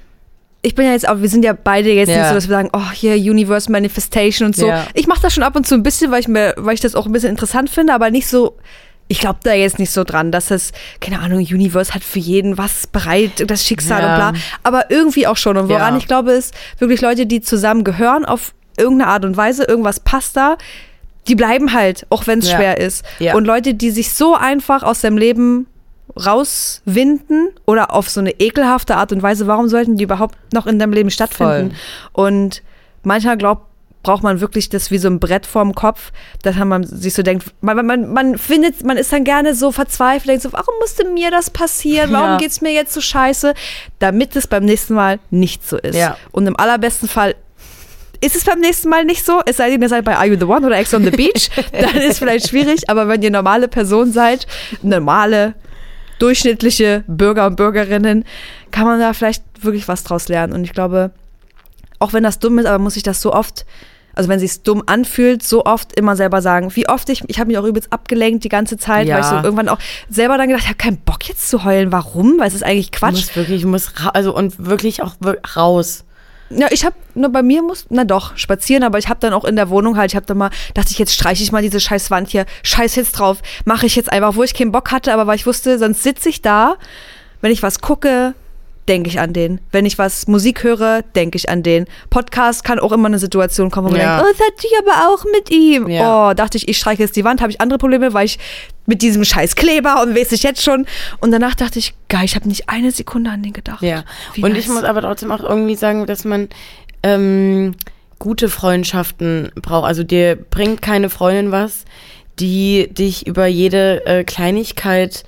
ich bin ja jetzt auch, wir sind ja beide jetzt Ja. nicht so, dass wir sagen, oh hier Universe Manifestation und so. Ja. Ich mache das schon ab und zu ein bisschen, weil ich mir, weil ich das auch ein bisschen interessant finde, aber nicht so. Ich glaube da jetzt nicht so dran, dass das, keine Ahnung, Universe hat für jeden was bereit, das Schicksal Ja. und bla. Aber irgendwie auch schon. Und woran Ja. ich glaube, ist wirklich Leute, die zusammen gehören auf irgendeine Art und Weise, irgendwas passt da, die bleiben halt, auch wenn es Ja. schwer ist. Ja. Und Leute, die sich so einfach aus dem Leben rauswinden oder auf so eine ekelhafte Art und Weise, warum sollten die überhaupt noch in deinem Leben stattfinden? Und manchmal glaubt, braucht man wirklich das wie so ein Brett vorm Kopf, dass man sich so denkt, man, man- man, man findet, man ist dann gerne so verzweifelt, denkt so, warum musste mir das passieren? Warum Ja. geht's mir jetzt so scheiße? Damit es beim nächsten Mal nicht so ist. Ja. Und im allerbesten Fall ist es beim nächsten Mal nicht so. Es sei denn, ihr seid bei Are You the One oder Ex on the Beach, dann ist vielleicht schwierig. Aber wenn ihr normale Person seid, normale, durchschnittliche Bürger und Bürgerinnen, kann man da vielleicht wirklich was draus lernen. Und ich glaube, auch wenn das dumm ist, aber muss ich das so oft, also wenn sich's dumm anfühlt, so oft immer selber sagen. Wie oft ich, ich habe mich auch übelst abgelenkt die ganze Zeit, weil ich so Ja. irgendwann auch selber dann gedacht, ich habe keinen Bock jetzt zu heulen. Warum? Weil es ist eigentlich Du Quatsch. musst wirklich, du musst ra- also und wirklich auch wir- raus. Ja, ich hab, na, bei mir muss, na doch, spazieren, aber ich hab dann auch in der Wohnung halt, ich hab dann mal, dachte ich, jetzt streiche ich mal diese scheiß Wand hier, scheiß jetzt drauf, mache ich jetzt einfach, wo ich keinen Bock hatte, aber weil ich wusste, sonst sitze ich da, wenn ich was gucke, denke ich an den. Wenn ich was Musik höre, denke ich an den. Podcast kann auch immer eine Situation kommen, wo man Ja. denkt, oh, das hatte ich aber auch mit ihm. Ja. Oh, dachte ich, ich streiche jetzt die Wand, habe ich andere Probleme, weil ich mit diesem scheiß Kleber und weiß ich jetzt schon. Und danach dachte ich, geil, ich habe nicht eine Sekunde an den gedacht. Ja. Wie und nice. ich muss aber trotzdem auch irgendwie sagen, dass man ähm, gute Freundschaften braucht. Also dir bringt keine Freundin was, die dich über jede äh, Kleinigkeit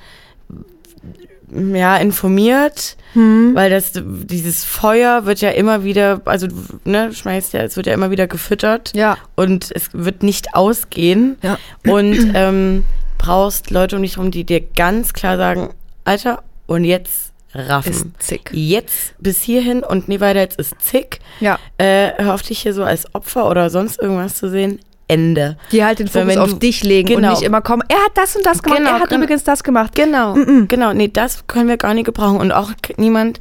ja, informiert, Hm. weil das, dieses Feuer wird ja immer wieder, also, ne, schmeißt ja, es wird ja immer wieder gefüttert Ja. und es wird nicht ausgehen. Ja. Und ähm, brauchst Leute um dich herum, die dir ganz klar sagen, Alter, und jetzt Ist raffen. zick. Jetzt bis hierhin und nie weiter, jetzt ist zick. Ja. Äh, hör auf dich hier so als Opfer oder sonst irgendwas zu sehen. Ende. Die halt den Weil Fokus wenn auf du- dich legen und Genau. nicht immer kommen, er hat das und das gemacht, Genau, er hat genau. übrigens das gemacht. Genau, genau. Nee, das können wir gar nicht gebrauchen. Und auch k- niemand,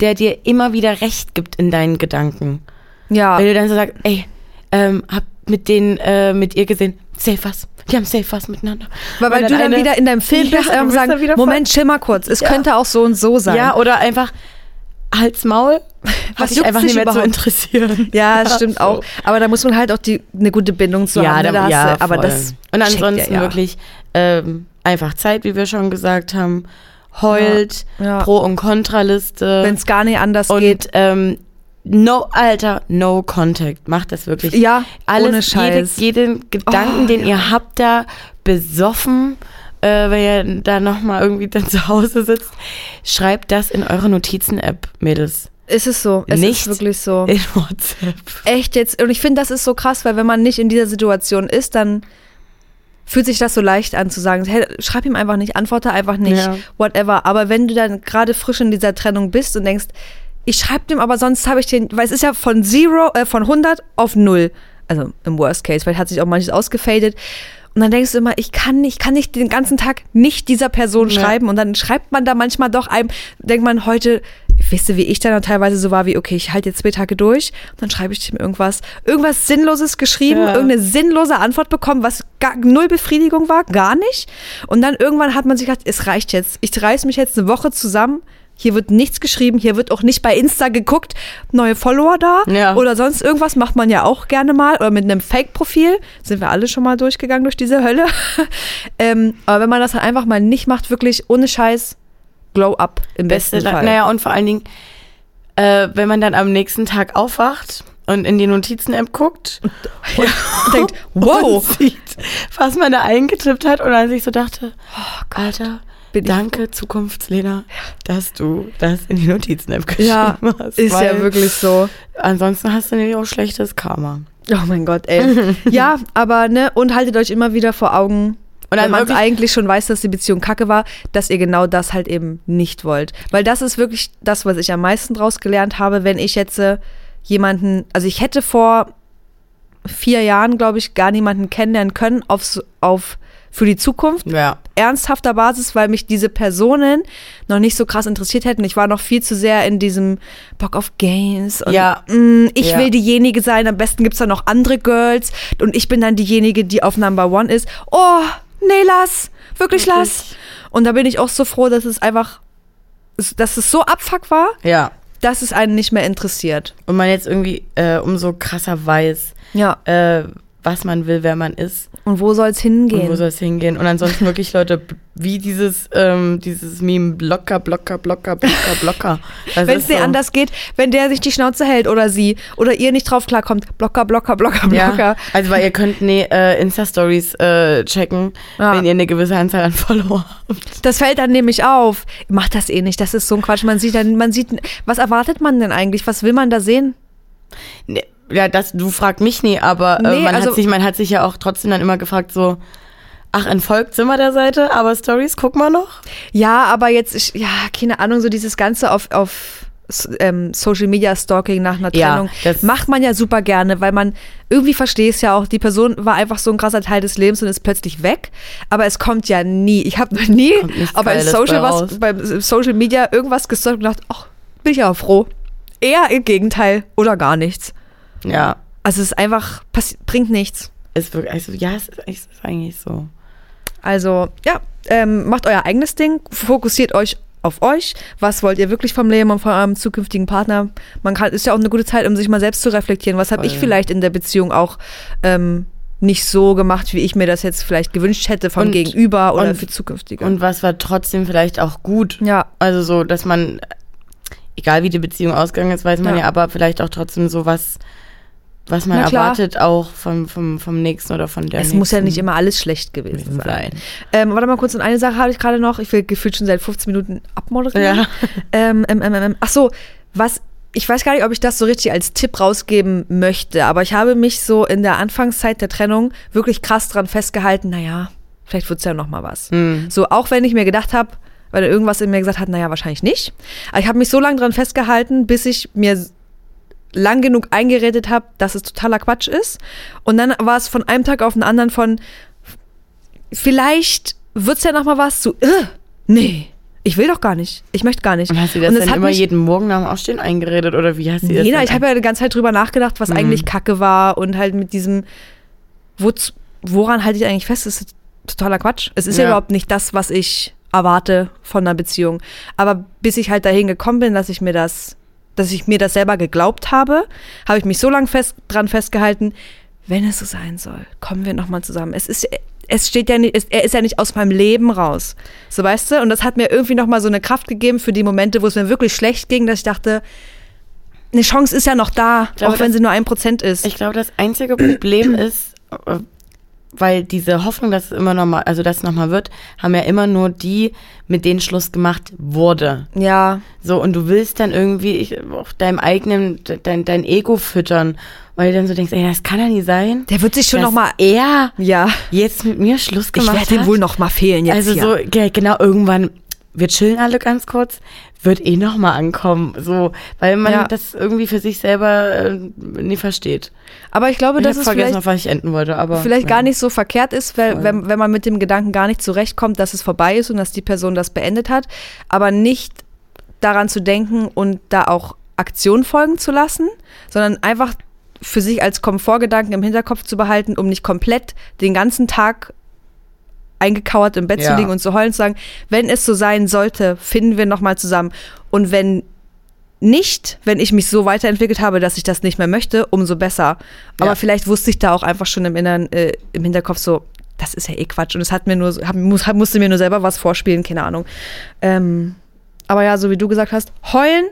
der dir immer wieder Recht gibt in deinen Gedanken. Ja. Weil du dann so sagst, ey, ähm, hab mit denen, äh, mit ihr gesehen, safe was. Die haben safe was miteinander. Weil, weil Und du dann eine- wieder in deinem Film Ja, bist du und bist sagen, dann wieder voll- Moment, chill mal kurz, es Ja. könnte auch so und so sein. Ja, oder einfach Hals Maul, Was was dich juckt's einfach nicht dich mehr zu überhaupt? interessieren. Ja, stimmt so. auch. Aber da muss man halt auch die, eine gute Bindung zu haben. ne? da- da, hast ja, du, aber voll. das Und checkt ansonsten ihr, ja. wirklich ähm, einfach Zeit, wie wir schon gesagt haben. Heult, Ja, ja. Pro- und Kontraliste. Wenn es gar nicht anders ne? und geht. Ähm, no, Alter, no contact. Macht das wirklich. Ja, Alles, ohne Scheiß. Jede, jeden Gedanken, Oh, den ihr habt, da besoffen, äh, wenn ihr da nochmal irgendwie dann zu Hause sitzt, schreibt das in eure Notizen-App, Mädels. es ist so. Es Nicht ist wirklich so. In WhatsApp. Echt jetzt. Und ich finde, das ist so krass, weil wenn man nicht in dieser Situation ist, dann fühlt sich das so leicht an zu sagen, hey, schreib ihm einfach nicht, antworte einfach nicht, Ja. whatever. Aber wenn du dann gerade frisch in dieser Trennung bist und denkst, ich schreibe dem, aber sonst habe ich den, weil es ist ja von zero, äh, von 100 auf null. Also im Worst Case, vielleicht hat sich auch manches ausgefadet. Und dann denkst du immer, ich kann nicht, ich kann nicht den ganzen Tag nicht dieser Person Ja. schreiben. Und dann schreibt man da manchmal doch einem, denkt man heute, weißt du, wie ich dann teilweise so war, wie, okay, ich halte jetzt zwei Tage durch, und dann schreibe ich ihm irgendwas, irgendwas Sinnloses geschrieben, Ja. irgendeine sinnlose Antwort bekommen, was gar, null Befriedigung war, gar nicht. Und dann irgendwann hat man sich gedacht, es reicht jetzt. Ich reiß mich jetzt eine Woche zusammen. Hier wird nichts geschrieben, hier wird auch nicht bei Insta geguckt, neue Follower da Ja. oder sonst irgendwas macht man ja auch gerne mal oder mit einem Fake-Profil. Sind wir alle schon mal durchgegangen durch diese Hölle. ähm, aber wenn man das halt einfach mal nicht macht, wirklich ohne Scheiß, glow up im beste besten La- Fall. Naja, und vor allen Dingen, äh, wenn man dann am nächsten Tag aufwacht und in die Notizen-App guckt und, denkt, wow. und sieht, was man da eingetippt hat und dann sich so dachte, Alter, Oh Bin ich- danke Zukunftslena, dass du das in die Notizen-App geschrieben ja, hast. ist ja weil wirklich so. Ansonsten hast du nämlich auch schlechtes Karma. Oh mein Gott, ey. ja, aber ne, und haltet euch immer wieder vor Augen. Und wenn dann man wirklich, eigentlich schon weiß, dass die Beziehung kacke war, dass ihr genau das halt eben nicht wollt. Weil das ist wirklich das, was ich am meisten draus gelernt habe, wenn ich jetzt äh, jemanden, also ich hätte vor vier Jahren, glaube ich, gar niemanden kennenlernen können aufs, auf, für die Zukunft ja, ernsthafter Basis, weil mich diese Personen noch nicht so krass interessiert hätten. Ich war noch viel zu sehr in diesem Bock auf Games und Ja. mm, ich Ja. will diejenige sein, am besten gibt's dann noch andere Girls und ich bin dann diejenige, die auf Number One ist. Oh, nee, lass, wirklich lass. Und da bin ich auch so froh, dass es einfach, dass es so abfuck war, ja. dass es einen nicht mehr interessiert. Und man jetzt irgendwie äh, umso krasser weiß, Ja, äh, was man will, wer man ist. und wo soll's Und wo hingehen? soll es hingehen? Und ansonsten wirklich, Leute, b- wie dieses, ähm, dieses Meme, Blocker, Blocker, Blocker, Blocker, Blocker. Das Wenn es ist dir so. anders geht, wenn der sich die Schnauze hält oder sie oder ihr nicht drauf klarkommt, Blocker, Blocker, Blocker, Blocker. Ja, also weil ihr könnt nee, äh, Insta-Stories äh, checken, Ja. wenn ihr eine gewisse Anzahl an Follower habt. Das fällt dann nämlich auf. Macht das eh nicht. Das ist so ein Quatsch. Man sieht dann, man sieht, was erwartet man denn eigentlich? Was will man da sehen? Nee, ja, das, du fragst mich nie, aber äh, Nee, man, also- hat sich, man hat sich ja auch trotzdem dann immer gefragt, so, ach, entfolgt sind wir der Seite, aber Stories, guck mal noch. Ja, aber jetzt, ich, ja, keine Ahnung, so dieses Ganze auf, auf S- ähm, Social Media Stalking nach einer Ja, Trennung das- macht man ja super gerne, weil man irgendwie versteht es ja auch, die Person war einfach so ein krasser Teil des Lebens und ist plötzlich weg, aber es kommt ja nie. Ich habe noch nie Kommt nichts aber in Geiles Social, bei was, raus. beim äh, Social Media irgendwas gestalkt und gedacht, ach, bin ich ja froh. Eher im Gegenteil oder gar nichts. Ja, Also es ist einfach, passi- bringt nichts. ist wirklich, also, ja, es ist, es ist eigentlich so. Also, ja, ähm, macht euer eigenes Ding, fokussiert euch auf euch. Was wollt ihr wirklich vom Leben und von eurem zukünftigen Partner? Man kann, ist ja auch eine gute Zeit, um sich mal selbst zu reflektieren. Was habe ich Voll. vielleicht in der Beziehung auch ähm, nicht so gemacht, wie ich mir das jetzt vielleicht gewünscht hätte vom Und- Gegenüber oder und- für zukünftige? Und was war trotzdem vielleicht auch gut? ja, Also so, dass man, egal wie die Beziehung ausgegangen ist, weiß man Ja. ja, aber vielleicht auch trotzdem so, was was man Na klar. erwartet, auch vom, vom, vom nächsten oder von der Es nächsten. muss ja nicht immer alles schlecht gewesen gewesen sein. sein. Ähm, warte mal kurz, und eine Sache habe ich gerade noch. Ich will gefühlt schon seit 15 Minuten abmoderieren. Ja. Ähm, ähm, ähm, ähm. Ach so, was, ich weiß gar nicht, ob ich das so richtig als Tipp rausgeben möchte, aber ich habe mich so in der Anfangszeit der Trennung wirklich krass dran festgehalten, naja, vielleicht wird's ja noch mal was. So, auch wenn ich mir gedacht habe, weil irgendwas in mir gesagt hat, naja, wahrscheinlich nicht. Aber ich habe mich so lange dran festgehalten, bis ich mir lang genug eingeredet habe, dass es totaler Quatsch ist. Und dann war es von einem Tag auf den anderen von, vielleicht wird's ja noch mal was zu, äh, nee, ich will doch gar nicht, ich möchte gar nicht. Und hast du das es dann hat immer mich- jeden Morgen nach dem Aufstehen eingeredet oder wie hast du das? Jeder, dann ich habe ja die ganze Zeit drüber nachgedacht, was eigentlich Kacke war und halt mit diesem, woz- woran halte ich eigentlich fest, Das ist totaler Quatsch. Es ist ja. Ja. überhaupt nicht das, was ich erwarte von einer Beziehung. Aber bis ich halt dahin gekommen bin, dass ich mir das, dass ich mir das selber geglaubt habe, habe ich mich so lange fest, dran festgehalten, wenn es so sein soll, kommen wir nochmal zusammen. Es ist, es steht ja nicht, es, er ist ja nicht aus meinem Leben raus. So weißt du? Und das hat mir irgendwie nochmal so eine Kraft gegeben für die Momente, wo es mir wirklich schlecht ging, dass ich dachte, eine Chance ist ja noch da, glaube, auch wenn das- sie nur ein Prozent ist. Ich glaube, das einzige Problem ist, äh, weil diese Hoffnung, dass es immer nochmal, also dass es nochmal wird, haben ja immer nur die, mit denen Schluss gemacht wurde. ja, So, und du willst dann irgendwie ich, auch deinem eigenen, de- dein, dein Ego füttern, weil du dann so denkst, ey, das kann ja nie sein. der wird sich schon dass nochmal. Er Ja, jetzt mit mir Schluss ich gemacht werde ihm hat. wohl nochmal fehlen jetzt halt also hier. so, ge- genau, irgendwann, wir chillen alle ganz kurz, wird eh nochmal ankommen. So, weil man Ja. das irgendwie für sich selber äh, nie versteht. Aber ich glaube, Ich dass habe es vergessen, vielleicht, auf was ich enden wollte, aber. vielleicht ja. gar nicht so verkehrt ist, weil, Voll. wenn, wenn man mit dem Gedanken gar nicht zurechtkommt, dass es vorbei ist und dass die Person das beendet hat, aber nicht daran zu denken und da auch Aktion folgen zu lassen, sondern einfach für sich als Komfortgedanken im Hinterkopf zu behalten, um nicht komplett den ganzen Tag eingekauert im Bett zu Ja. liegen und zu heulen zu sagen, wenn es so sein sollte, finden wir nochmal zusammen. Und wenn nicht, wenn ich mich so weiterentwickelt habe, dass ich das nicht mehr möchte, umso besser. Aber Ja. vielleicht wusste ich da auch einfach schon im Inneren, äh, im Hinterkopf so, das ist ja eh Quatsch. Und es hat mir nur, hab, muss, hab, musste mir nur selber was vorspielen, keine Ahnung. Ähm, aber ja, so wie du gesagt hast, heulen,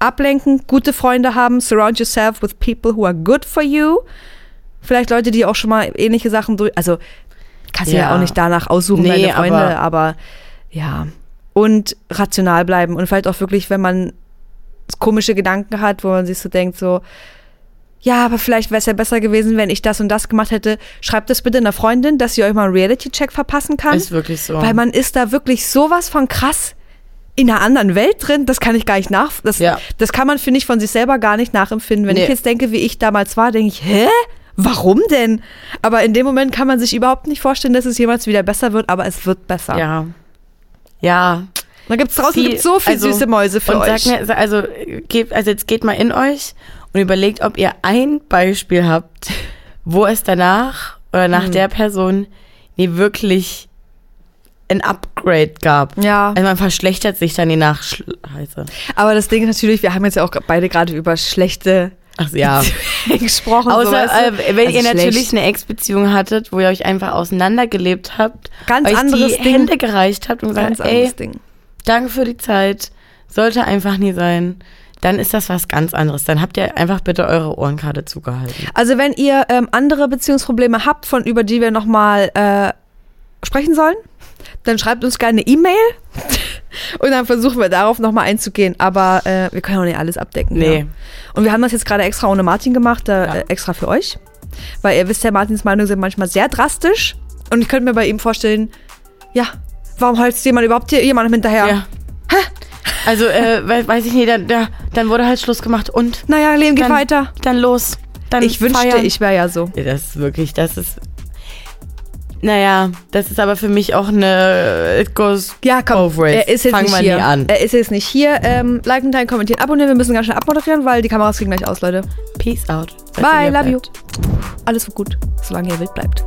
ablenken, gute Freunde haben, surround yourself with people who are good for you. Vielleicht Leute, die auch schon mal ähnliche Sachen durch. Also, kannst du ja, Ja. auch nicht danach aussuchen, Nee, deine Freunde, aber- aber ja. Und rational bleiben. Und vielleicht auch wirklich, wenn man komische Gedanken hat, wo man sich so denkt, so, ja, aber vielleicht wäre es ja besser gewesen, wenn ich das und das gemacht hätte. Schreibt das bitte einer Freundin, dass ihr euch mal einen Reality-Check verpassen kann. Ist wirklich so. Weil man ist da wirklich sowas von krass in einer anderen Welt drin, das kann ich gar nicht nach. Das, Ja. das kann man, finde ich, von sich selber gar nicht nachempfinden. Wenn Nee. ich jetzt denke, wie ich damals war, denke ich, hä? Warum denn? Aber in dem Moment kann man sich überhaupt nicht vorstellen, dass es jemals wieder besser wird, aber es wird besser. ja. Ja. Da gibt's draußen Viel- gibt's so viel also- süße Mäuse für und euch. Sagt mir, sa- also, äh, gebt, also jetzt geht mal in euch und überlegt, ob ihr ein Beispiel habt, wo es danach oder Hm. nach der Person nie wirklich ein Upgrade gab. Ja. Also man verschlechtert sich dann die Nachschleife. aber das Ding ist natürlich, wir haben jetzt ja auch beide gerade über schlechte Ach ja. gesprochen. so, Außer weißt du? äh, wenn Also ihr schlecht. natürlich eine Ex-Beziehung hattet, wo ihr euch einfach auseinandergelebt habt, Ganz euch anderes die Ding. Hände gereicht habt und gesagt, ganz äh, ey, anderes Ding. danke für die Zeit, sollte einfach nie sein, dann ist das was ganz anderes. Dann habt ihr einfach bitte eure Ohrenkarte zugehalten. Also wenn ihr ähm, andere Beziehungsprobleme habt, von über die wir nochmal äh, sprechen sollen, dann schreibt uns gerne eine E-Mail und dann versuchen wir darauf nochmal einzugehen. Aber äh, wir können auch nicht alles abdecken. Nee. Ja. Und wir haben das jetzt gerade extra ohne Martin gemacht, äh, Ja. äh, extra für euch. Weil ihr wisst ja, Martins Meinungen sind manchmal sehr drastisch. Und ich könnte mir bei ihm vorstellen, ja, warum holst jemand überhaupt hier jemandem hinterher? Also, äh, we- weiß ich nicht, dann, da, dann wurde halt Schluss gemacht und Naja, Leben geht Dann- weiter. dann los. Dann Ich wünschte, feiern. ich wäre ja so. Ja, Das ist wirklich, das ist. Naja, das ist aber für mich auch eine. äh, It goes Ja, komm. both ways. Er ist jetzt Fangen nicht wir hier. nie an. Er ist jetzt nicht hier. Ähm, liken, teilen, kommentieren, abonnieren. Wir müssen ganz schnell abmoderieren, weil die Kameras gehen gleich aus, Leute. Peace out. Bye, Seid ihr love you. bleibt. Alles wird gut, solange ihr wild bleibt.